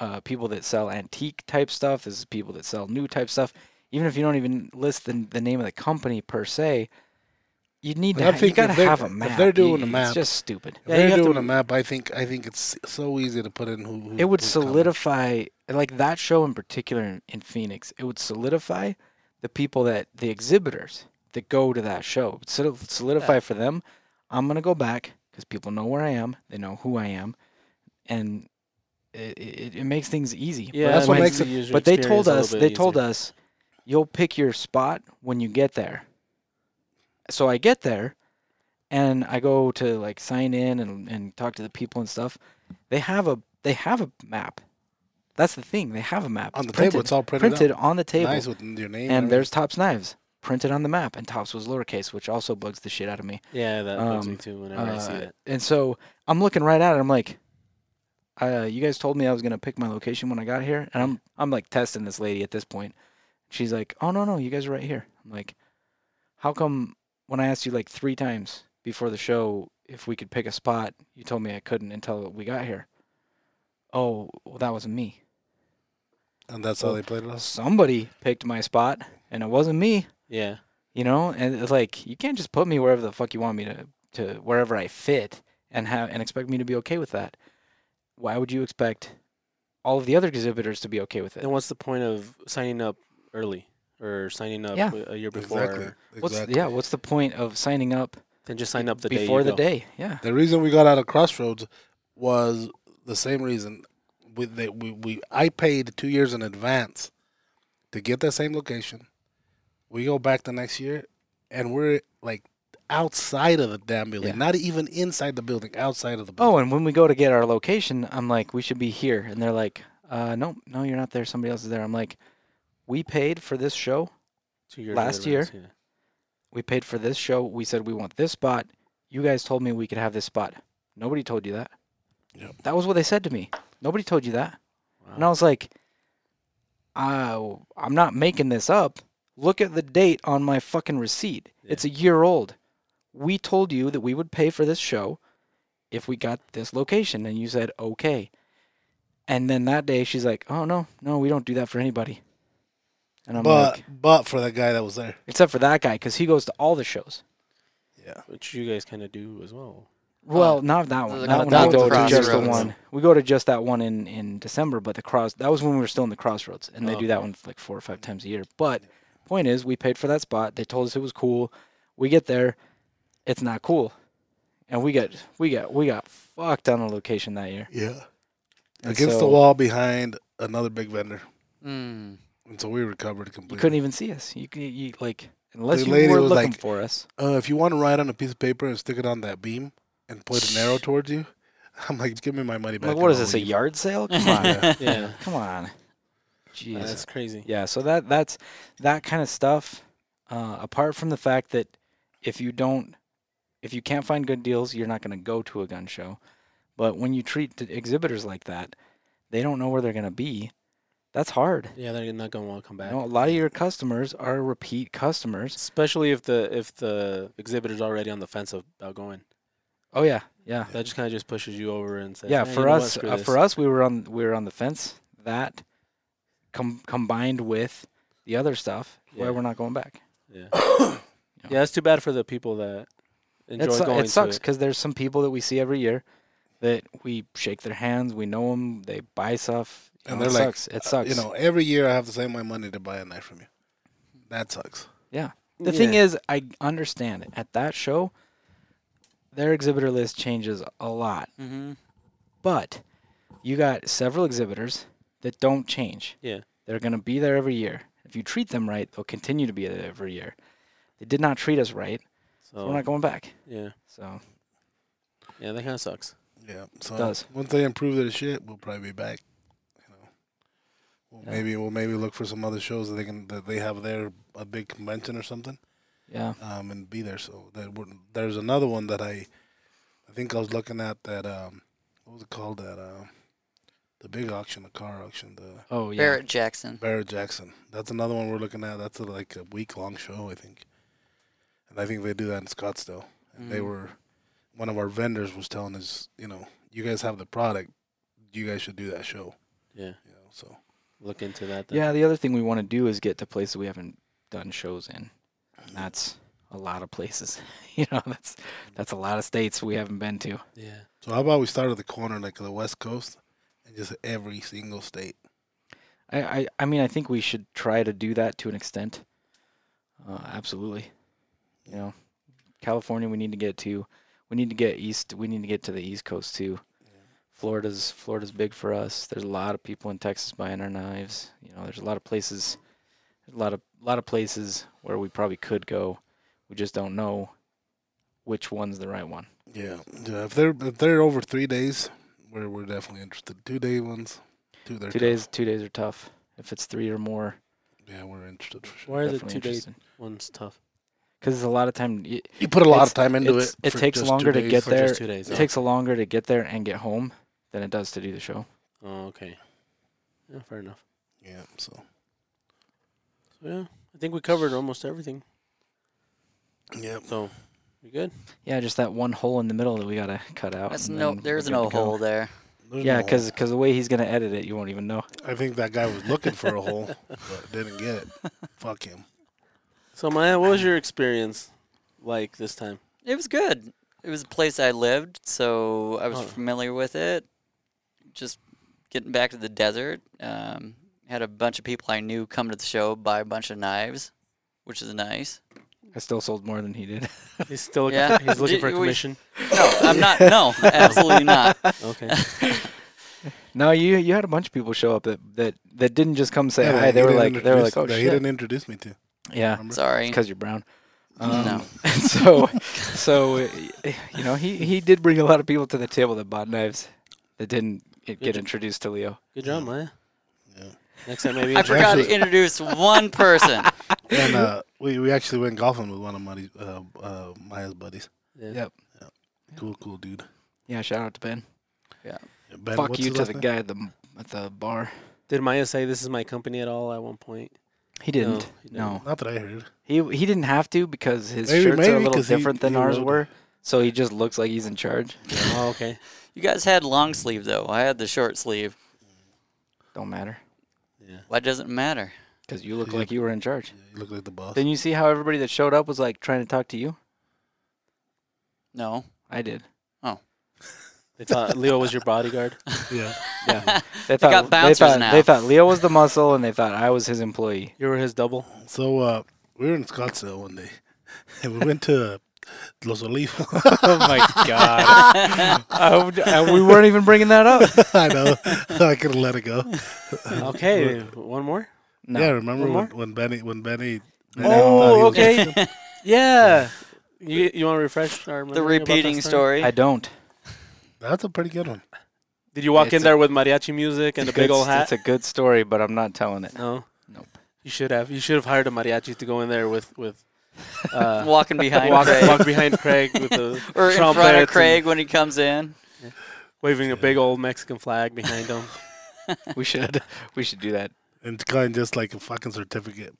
Speaker 1: uh, people that sell antique type stuff. This is people that sell new type stuff. Even if you don't even list the, the name of the company per se, you need
Speaker 2: But I
Speaker 1: to. ha- you
Speaker 2: think if
Speaker 1: gotta
Speaker 2: they're-
Speaker 1: have a
Speaker 2: if
Speaker 1: map.
Speaker 2: they're
Speaker 1: You-
Speaker 2: doing a
Speaker 1: it's
Speaker 2: map-
Speaker 1: just stupid.
Speaker 2: If
Speaker 3: Yeah, you
Speaker 2: they're
Speaker 3: have
Speaker 2: doing
Speaker 3: to-
Speaker 2: a map, I think I think it's so easy to put in who. who
Speaker 1: it would
Speaker 2: who's coming.
Speaker 1: solidify like that show in particular in, in phoenix it would solidify the people that the exhibitors that go to that show It would soli- solidify for them i'm going to go back because people know where i am they know who i am and it, it, it makes things easy
Speaker 3: yeah,
Speaker 2: that's what makes
Speaker 3: the
Speaker 2: it-
Speaker 3: user
Speaker 1: but they
Speaker 3: experience
Speaker 1: told
Speaker 3: a little
Speaker 1: us
Speaker 3: bit
Speaker 1: they told
Speaker 3: easier.
Speaker 1: us you'll pick your spot when you get there so i get there and i go to like sign in and, and talk to the people and stuff they have a they have a map that's the thing they have a map
Speaker 2: on
Speaker 1: It's
Speaker 2: the table. It's all printed,
Speaker 1: printed
Speaker 2: out.
Speaker 1: on the table
Speaker 2: Nice with your name.
Speaker 1: and
Speaker 2: everything.
Speaker 1: there's tops knives printed on the map and tops was lowercase which also bugs the shit out of me
Speaker 3: Yeah, that bugs me
Speaker 1: um,
Speaker 3: too whenever I see
Speaker 1: uh,
Speaker 3: that.
Speaker 1: and so i'm looking right at it i'm like uh, you guys told me i was going to pick my location when i got here and i'm i'm like testing this lady at this point she's like oh no no you guys are right here i'm like how come when i asked you like three times before the show if we could pick a spot you told me i couldn't until we got here oh well, that wasn't me
Speaker 2: and that's how they played it. out.
Speaker 1: somebody picked my spot and it wasn't me
Speaker 3: Yeah.
Speaker 1: you know and it's like you can't just put me wherever the fuck you want me to to wherever i fit and have and expect me to be okay with that why would you expect all of the other exhibitors to be okay with it
Speaker 3: Then what's the point of signing up early or signing up
Speaker 1: Yeah.
Speaker 3: a- a year before?
Speaker 2: Exactly.
Speaker 3: Exactly.
Speaker 1: what's
Speaker 2: exactly.
Speaker 1: yeah what's the point of signing up
Speaker 3: Then just sign up the day
Speaker 1: before
Speaker 3: you
Speaker 1: the
Speaker 3: go.
Speaker 1: day yeah
Speaker 2: The reason we got out of Crossroads was the same reason. We, they, we, we I paid two years in advance to get that same location. We go back the next year, and we're like outside of the damn building,
Speaker 1: Yeah.
Speaker 2: not even inside the building, outside of the building.
Speaker 1: oh and when we go to get our location i'm like we should be here and they're like uh no no you're not there somebody else is there i'm like we paid for this show
Speaker 3: Two years in
Speaker 1: Last
Speaker 3: advance, yeah.
Speaker 1: we paid for this show we said we want this spot you guys told me we could have this spot nobody told you that
Speaker 2: Yep.
Speaker 1: that was what they said to me nobody told you that And I was like, I, I'm not making this up. Look at the date on my fucking receipt. It's a year old. We told you that we would pay for this show if we got this location. And you said, okay. And then that day, she's like, oh, no, no, we don't do that for anybody. And I'm
Speaker 2: but
Speaker 1: like,
Speaker 2: but for that guy that was there,
Speaker 1: except for that guy, because he goes to all the shows.
Speaker 3: Which you guys kind of do as well.
Speaker 1: Well, not that
Speaker 4: the-
Speaker 1: one.
Speaker 4: Uh,
Speaker 1: That
Speaker 4: the
Speaker 1: one
Speaker 2: that
Speaker 1: we go
Speaker 2: one's
Speaker 1: to just the
Speaker 2: Crossroads.
Speaker 1: one. We go to just that one in in December, but the cross that was when we were still in the crossroads, and
Speaker 4: Oh,
Speaker 1: they do that one like four or five times a year. But point is, we paid for that spot. They told us it was cool. We get there, it's not cool, and we get we got we got fucked on the location that year.
Speaker 2: yeah,
Speaker 1: And
Speaker 2: against the
Speaker 1: so
Speaker 2: wall behind another big vendor,
Speaker 4: Mm.
Speaker 2: and so we recovered
Speaker 1: You
Speaker 2: completely.
Speaker 1: couldn't even see us. You, c- you like unless
Speaker 2: The
Speaker 1: you
Speaker 2: lady
Speaker 1: were
Speaker 2: was
Speaker 1: looking
Speaker 2: like-
Speaker 1: for us.
Speaker 2: uh, if you want to write on a piece of paper and stick it on that beam and point an arrow towards you, I'm like, give me my money
Speaker 1: I'm
Speaker 2: back.
Speaker 1: like,
Speaker 2: and
Speaker 1: what is
Speaker 2: I'll
Speaker 1: this? A
Speaker 2: leave."
Speaker 1: yard sale? Come on,
Speaker 3: Yeah.
Speaker 1: come on. Jeez.
Speaker 3: That's crazy.
Speaker 1: Yeah, so that that's that kind of stuff. Uh, apart from the fact that if you don't, if you can't find good deals, you're not going to go to a gun show. But when you treat the exhibitors like that, they don't know where they're going to be. That's hard.
Speaker 3: Yeah, they're not going to want to come
Speaker 1: You
Speaker 3: back.
Speaker 1: know, a lot of your customers are repeat customers.
Speaker 3: Especially if the if the exhibitor's already on the fence of- about going.
Speaker 1: Oh yeah, yeah,
Speaker 3: That just kind of just pushes you over and says,
Speaker 1: yeah.
Speaker 3: "Hey, you
Speaker 1: for
Speaker 3: know what?
Speaker 1: us,
Speaker 3: Screw
Speaker 1: uh,
Speaker 3: this."
Speaker 1: for us, we were on we were on the fence. That com- combined with the other stuff where
Speaker 3: Yeah.
Speaker 1: we're not going back.
Speaker 3: Yeah. yeah, it's too bad for the people that enjoy
Speaker 1: It, su-
Speaker 3: going
Speaker 1: it
Speaker 3: to
Speaker 1: sucks
Speaker 3: it.
Speaker 1: because there's some people that we see every year that we shake their hands, we know them, they buy stuff, you
Speaker 2: And
Speaker 1: know,
Speaker 2: they're
Speaker 1: it
Speaker 2: like, uh,
Speaker 1: sucks. It sucks.
Speaker 2: You know, every year I have to save my money to buy a knife from you. That sucks.
Speaker 1: Yeah. The thing
Speaker 3: Yeah.
Speaker 1: is, I understand it. at that show, their exhibitor list changes a lot,
Speaker 4: hmm
Speaker 1: but you got several exhibitors that don't change.
Speaker 3: Yeah.
Speaker 1: They're going to be there every year. If you treat them right, they'll continue to be there every year. They did not treat us right, so
Speaker 3: So,
Speaker 1: we're not going back.
Speaker 3: yeah,
Speaker 1: So
Speaker 3: yeah, that kind of sucks.
Speaker 2: Yeah. So
Speaker 1: Does.
Speaker 2: once they improve their shit, we'll probably be back. You know, we'll
Speaker 1: Yeah.
Speaker 2: maybe we'll maybe look for some other shows that they can that they have there a big convention or something,
Speaker 1: yeah,
Speaker 2: um, and be there. So that would- there's another one that I, I think I was looking at that um, what was it called that um, the big auction, the car auction, the
Speaker 1: oh yeah,
Speaker 4: Barrett Jackson.
Speaker 2: Barrett Jackson. That's another one we're looking at. That's a, like a week long show, I think, and I think they do that in Scottsdale. And they
Speaker 4: Mm.
Speaker 2: were one of our vendors was telling us, you know, you guys have the product, you guys should do that show.
Speaker 3: Yeah,
Speaker 2: You know, so
Speaker 3: look into that. Then.
Speaker 1: yeah. The other thing we want to do is get to places we haven't done shows in, and that's a lot of places. you know, that's that's a lot of states we haven't been to.
Speaker 3: yeah.
Speaker 2: so how about we start at the corner, like the West Coast, and just every single state.
Speaker 1: I, I, I mean, I think we should try to do that to an extent. Uh, absolutely. You know, California, we need to get to. We need to get east. We need to get to the East Coast too. Florida's Florida's big for us. There's a lot of people in Texas buying our knives. You know, there's a lot of places, a lot of lot of places where we probably could go. We just don't know which one's the right one.
Speaker 2: Yeah, yeah. If they're if they're over three days, we're we're definitely interested. Two day ones, two they're
Speaker 1: two
Speaker 2: tough.
Speaker 1: days, two days are tough. If it's three or more,
Speaker 2: Yeah, we're interested for sure.
Speaker 3: Why are the
Speaker 1: definitely
Speaker 3: two day
Speaker 1: interesting.
Speaker 3: ones tough?
Speaker 1: Because a lot of time. y-
Speaker 2: You put a lot
Speaker 1: It's-
Speaker 2: of time into
Speaker 1: it's-
Speaker 2: it.
Speaker 1: it
Speaker 2: for
Speaker 1: takes
Speaker 2: just two
Speaker 1: longer to
Speaker 2: days.
Speaker 1: get
Speaker 3: Or
Speaker 1: there.
Speaker 3: just two days.
Speaker 1: It
Speaker 3: Oh,
Speaker 1: takes longer to get there and get home than it does to do the show.
Speaker 3: oh, okay. Yeah, fair enough.
Speaker 2: Yeah, so
Speaker 3: So, yeah, I think we covered almost everything.
Speaker 2: yeah,
Speaker 3: So we good?
Speaker 1: Yeah, just that one hole in the middle that we gotta cut out.
Speaker 4: That's
Speaker 1: and
Speaker 4: no.
Speaker 1: then we're
Speaker 4: There's
Speaker 1: good
Speaker 4: no
Speaker 1: to go.
Speaker 4: hole there.
Speaker 2: there's
Speaker 1: Yeah,
Speaker 2: no-
Speaker 1: because the way he's gonna edit it, you won't even know.
Speaker 2: I think that guy was looking for a hole, but didn't get it. Fuck him.
Speaker 3: So Maya, what was your experience like this time?
Speaker 4: It was good. It was a place I lived, so I was
Speaker 3: Oh.
Speaker 4: familiar with it. Just getting back to the desert, um, had a bunch of people I knew come to the show, buy a bunch of knives, which is nice.
Speaker 1: I still sold more than he did.
Speaker 3: He's still
Speaker 4: Yeah.
Speaker 3: he's looking for a
Speaker 4: Did we-
Speaker 3: commission.
Speaker 4: No, I'm not. No, absolutely not.
Speaker 3: Okay.
Speaker 1: no, you you had a bunch of people show up that that, that didn't just come say
Speaker 2: Yeah,
Speaker 1: hi.
Speaker 2: he
Speaker 1: They were
Speaker 2: didn't
Speaker 1: like they were
Speaker 2: introduce-
Speaker 1: like oh
Speaker 2: that he
Speaker 1: shit.
Speaker 2: didn't introduce me to.
Speaker 1: yeah,
Speaker 2: Remember?
Speaker 4: Sorry.
Speaker 1: because you're brown. Um,
Speaker 4: No.
Speaker 1: and so so uh, you know he he did bring a lot of people to the table that bought knives that didn't uh, get
Speaker 3: job.
Speaker 1: introduced to Leo.
Speaker 3: Good job, Maya.
Speaker 2: Yeah.
Speaker 3: Next time maybe
Speaker 4: I forgot to
Speaker 2: actually-
Speaker 4: introduce one person.
Speaker 2: And uh, we we actually went golfing with one of my uh, uh, Maya's buddies.
Speaker 1: Yep.
Speaker 2: Cool, cool dude.
Speaker 1: Yeah, shout out to Ben.
Speaker 2: Yeah, Ben,
Speaker 1: Fuck
Speaker 2: what's
Speaker 1: you
Speaker 2: his
Speaker 1: to
Speaker 2: last
Speaker 1: the
Speaker 2: name?
Speaker 1: guy at the at the bar.
Speaker 3: Did Maya say this is my company at all at one point?
Speaker 1: He didn't.
Speaker 3: he didn't.
Speaker 1: No,
Speaker 2: Not that I heard.
Speaker 1: he he didn't have to because his
Speaker 2: Maybe-
Speaker 1: shirts are a
Speaker 2: maybe
Speaker 1: little
Speaker 2: 'cause he-
Speaker 1: different than
Speaker 2: he
Speaker 1: ours
Speaker 2: wrote it.
Speaker 1: were, so he just looks like he's in charge.
Speaker 3: oh, okay.
Speaker 4: You guys had long sleeve though. I had the short sleeve.
Speaker 1: Don't matter
Speaker 3: Yeah.
Speaker 4: Why does it matter?
Speaker 1: because you look
Speaker 2: Yeah.
Speaker 1: like you were in charge.
Speaker 2: Yeah, you look like the boss.
Speaker 1: Then you see how everybody that showed up was like trying to talk to you.
Speaker 4: No.
Speaker 1: I did.
Speaker 3: They thought Leo was your bodyguard.
Speaker 2: yeah.
Speaker 1: Yeah, they thought
Speaker 4: got bouncers
Speaker 1: they thought
Speaker 4: now.
Speaker 1: they thought Leo was the muscle and they thought I was his employee.
Speaker 3: You were his double.
Speaker 2: So uh, we were in Scottsdale one day, and we went to Los Olivos.
Speaker 1: Oh my god! I would- I- we weren't even bringing that up.
Speaker 2: I know. I could have let it go.
Speaker 3: Okay, one more.
Speaker 1: No.
Speaker 2: Yeah, remember
Speaker 3: One more?
Speaker 2: when, when Benny when Benny. Benny thought he
Speaker 3: Oh,
Speaker 2: was-
Speaker 3: okay. yeah. You you want to refresh our memory
Speaker 4: The
Speaker 3: about that
Speaker 4: repeating
Speaker 3: story?
Speaker 4: story.
Speaker 1: I don't.
Speaker 2: That's a pretty good one.
Speaker 3: Did you walk
Speaker 1: It's
Speaker 3: in
Speaker 1: a-
Speaker 3: there with mariachi music and a
Speaker 1: It's
Speaker 3: big
Speaker 1: good-
Speaker 3: old hat?
Speaker 1: It's a good story, but I'm not telling it.
Speaker 3: no.
Speaker 1: Nope.
Speaker 3: You should have. You should have hired a mariachi to go in there with with. Uh,
Speaker 4: Walking behind
Speaker 3: walk,
Speaker 4: Craig.
Speaker 3: walk behind Craig with the
Speaker 4: or
Speaker 3: trumpets
Speaker 4: in front
Speaker 3: and
Speaker 4: of Craig when he comes in.
Speaker 3: waving a big old Mexican flag behind him.
Speaker 1: We should we should do that.
Speaker 2: And it's kind of just like a fucking certificate,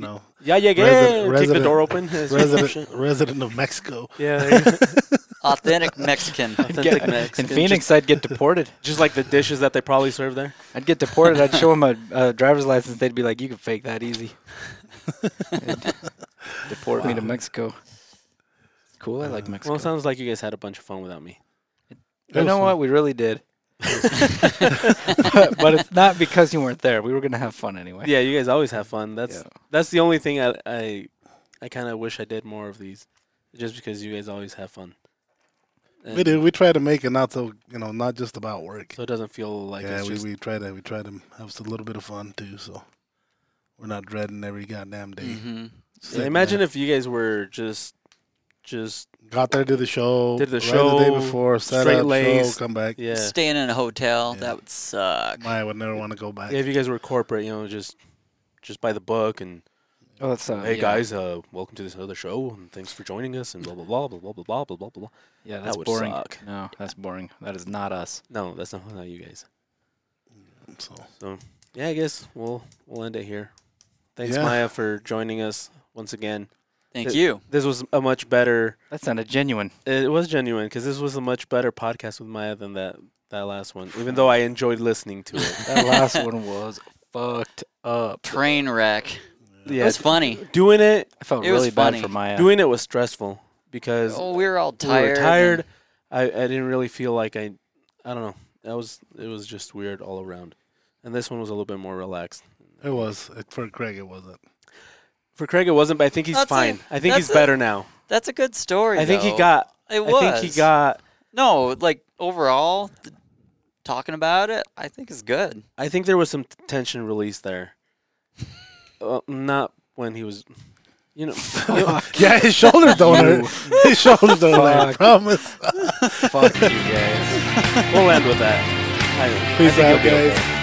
Speaker 2: know,
Speaker 3: Yeah, yeah, yeah.
Speaker 2: Resident-
Speaker 3: Kick the
Speaker 2: resident-
Speaker 3: door open.
Speaker 2: resident resident of Mexico.
Speaker 3: Yeah. there you go.
Speaker 4: Authentic Mexican.
Speaker 3: Authentic
Speaker 1: Get-
Speaker 3: Mexican,
Speaker 1: in Phoenix, I'd get deported.
Speaker 3: just, just like the dishes that they probably serve there.
Speaker 1: I'd get deported. I'd show them a, a driver's license. They'd be like, "You can fake that easy." They'd deport me to Mexico. Cool. I like Mexico.
Speaker 3: Uh, Well, it sounds like you guys had a bunch of fun without me.
Speaker 1: you know what? We really did. but, but it's not because you weren't there. We were gonna have fun anyway.
Speaker 3: Yeah, you guys always have fun. That's
Speaker 1: Yeah.
Speaker 3: that's the only thing I I, I kind of wish I did more of these, just because you guys always have fun.
Speaker 2: We
Speaker 3: And
Speaker 2: do. We try to make it not so you know not just about work.
Speaker 3: So it doesn't feel like
Speaker 2: yeah,
Speaker 3: it's
Speaker 2: we,
Speaker 3: just
Speaker 2: we try to we try to have a little bit of fun too. So we're not dreading every goddamn day.
Speaker 4: hmm
Speaker 3: Yeah,
Speaker 2: Second
Speaker 3: Mm-hmm.
Speaker 1: uh,
Speaker 3: imagine if you guys were just, just
Speaker 2: half. got there, did the show,
Speaker 3: Did the
Speaker 2: right the day
Speaker 3: show,
Speaker 2: before, set
Speaker 3: straight
Speaker 2: up, show,
Speaker 3: laced.
Speaker 2: come back.
Speaker 3: yeah.
Speaker 4: Staying in a hotel,
Speaker 2: Yeah.
Speaker 4: that would suck.
Speaker 2: I would never want to go back.
Speaker 3: Yeah, if you guys were corporate, you know, just, just by the book and
Speaker 1: Oh, it's uh,
Speaker 3: hey
Speaker 1: yeah.
Speaker 3: guys, uh, welcome to this other show and thanks for joining us and blah blah blah blah blah blah blah blah blah blah.
Speaker 1: Yeah,
Speaker 3: That
Speaker 1: that's
Speaker 3: would
Speaker 1: boring.
Speaker 3: suck.
Speaker 1: No, that's boring. That is not us.
Speaker 3: No, that's not how you guys.
Speaker 2: So
Speaker 3: Yeah, I guess we'll we'll end it here. Thanks,
Speaker 2: Yeah.
Speaker 3: Maya, for joining us once again.
Speaker 4: Thank
Speaker 3: It-
Speaker 4: you.
Speaker 3: This was a much better.
Speaker 1: That sounded genuine.
Speaker 3: It was genuine because this was a much better podcast with Maya than that that last one. Even though I enjoyed listening to it.
Speaker 1: That last one was fucked up.
Speaker 4: Train wreck.
Speaker 3: yeah,
Speaker 4: It was funny.
Speaker 3: doing it
Speaker 1: I felt
Speaker 4: It was
Speaker 1: really bad
Speaker 4: funny.
Speaker 1: for Maya.
Speaker 3: doing it was stressful because
Speaker 4: Oh, we were all
Speaker 3: we
Speaker 4: tired.
Speaker 3: were
Speaker 4: and-
Speaker 3: tired. I, I didn't really feel like I I don't know. That was it was just weird all around. And this one was a little bit more relaxed.
Speaker 2: it was it, for Craig. It wasn't.
Speaker 3: For Craig it wasn't, but I think he's
Speaker 4: That's a-
Speaker 3: fine. I think he's
Speaker 4: that's a-
Speaker 3: better now.
Speaker 4: That's a good story.
Speaker 3: I think he
Speaker 4: though.
Speaker 3: got
Speaker 4: It was.
Speaker 3: I think he got
Speaker 4: No, like overall, th- talking about it, I think is good.
Speaker 3: I think there was some t- tension released there. uh, not when he was you know, you know-
Speaker 2: Yeah, his shoulders don't hurt. His shoulders don't hurt. I
Speaker 1: Fuck.
Speaker 2: promise.
Speaker 1: Fuck you guys.
Speaker 3: we'll end with that. I, I
Speaker 2: Peace
Speaker 3: think
Speaker 2: out,
Speaker 3: he'll be
Speaker 2: guys.
Speaker 3: okay.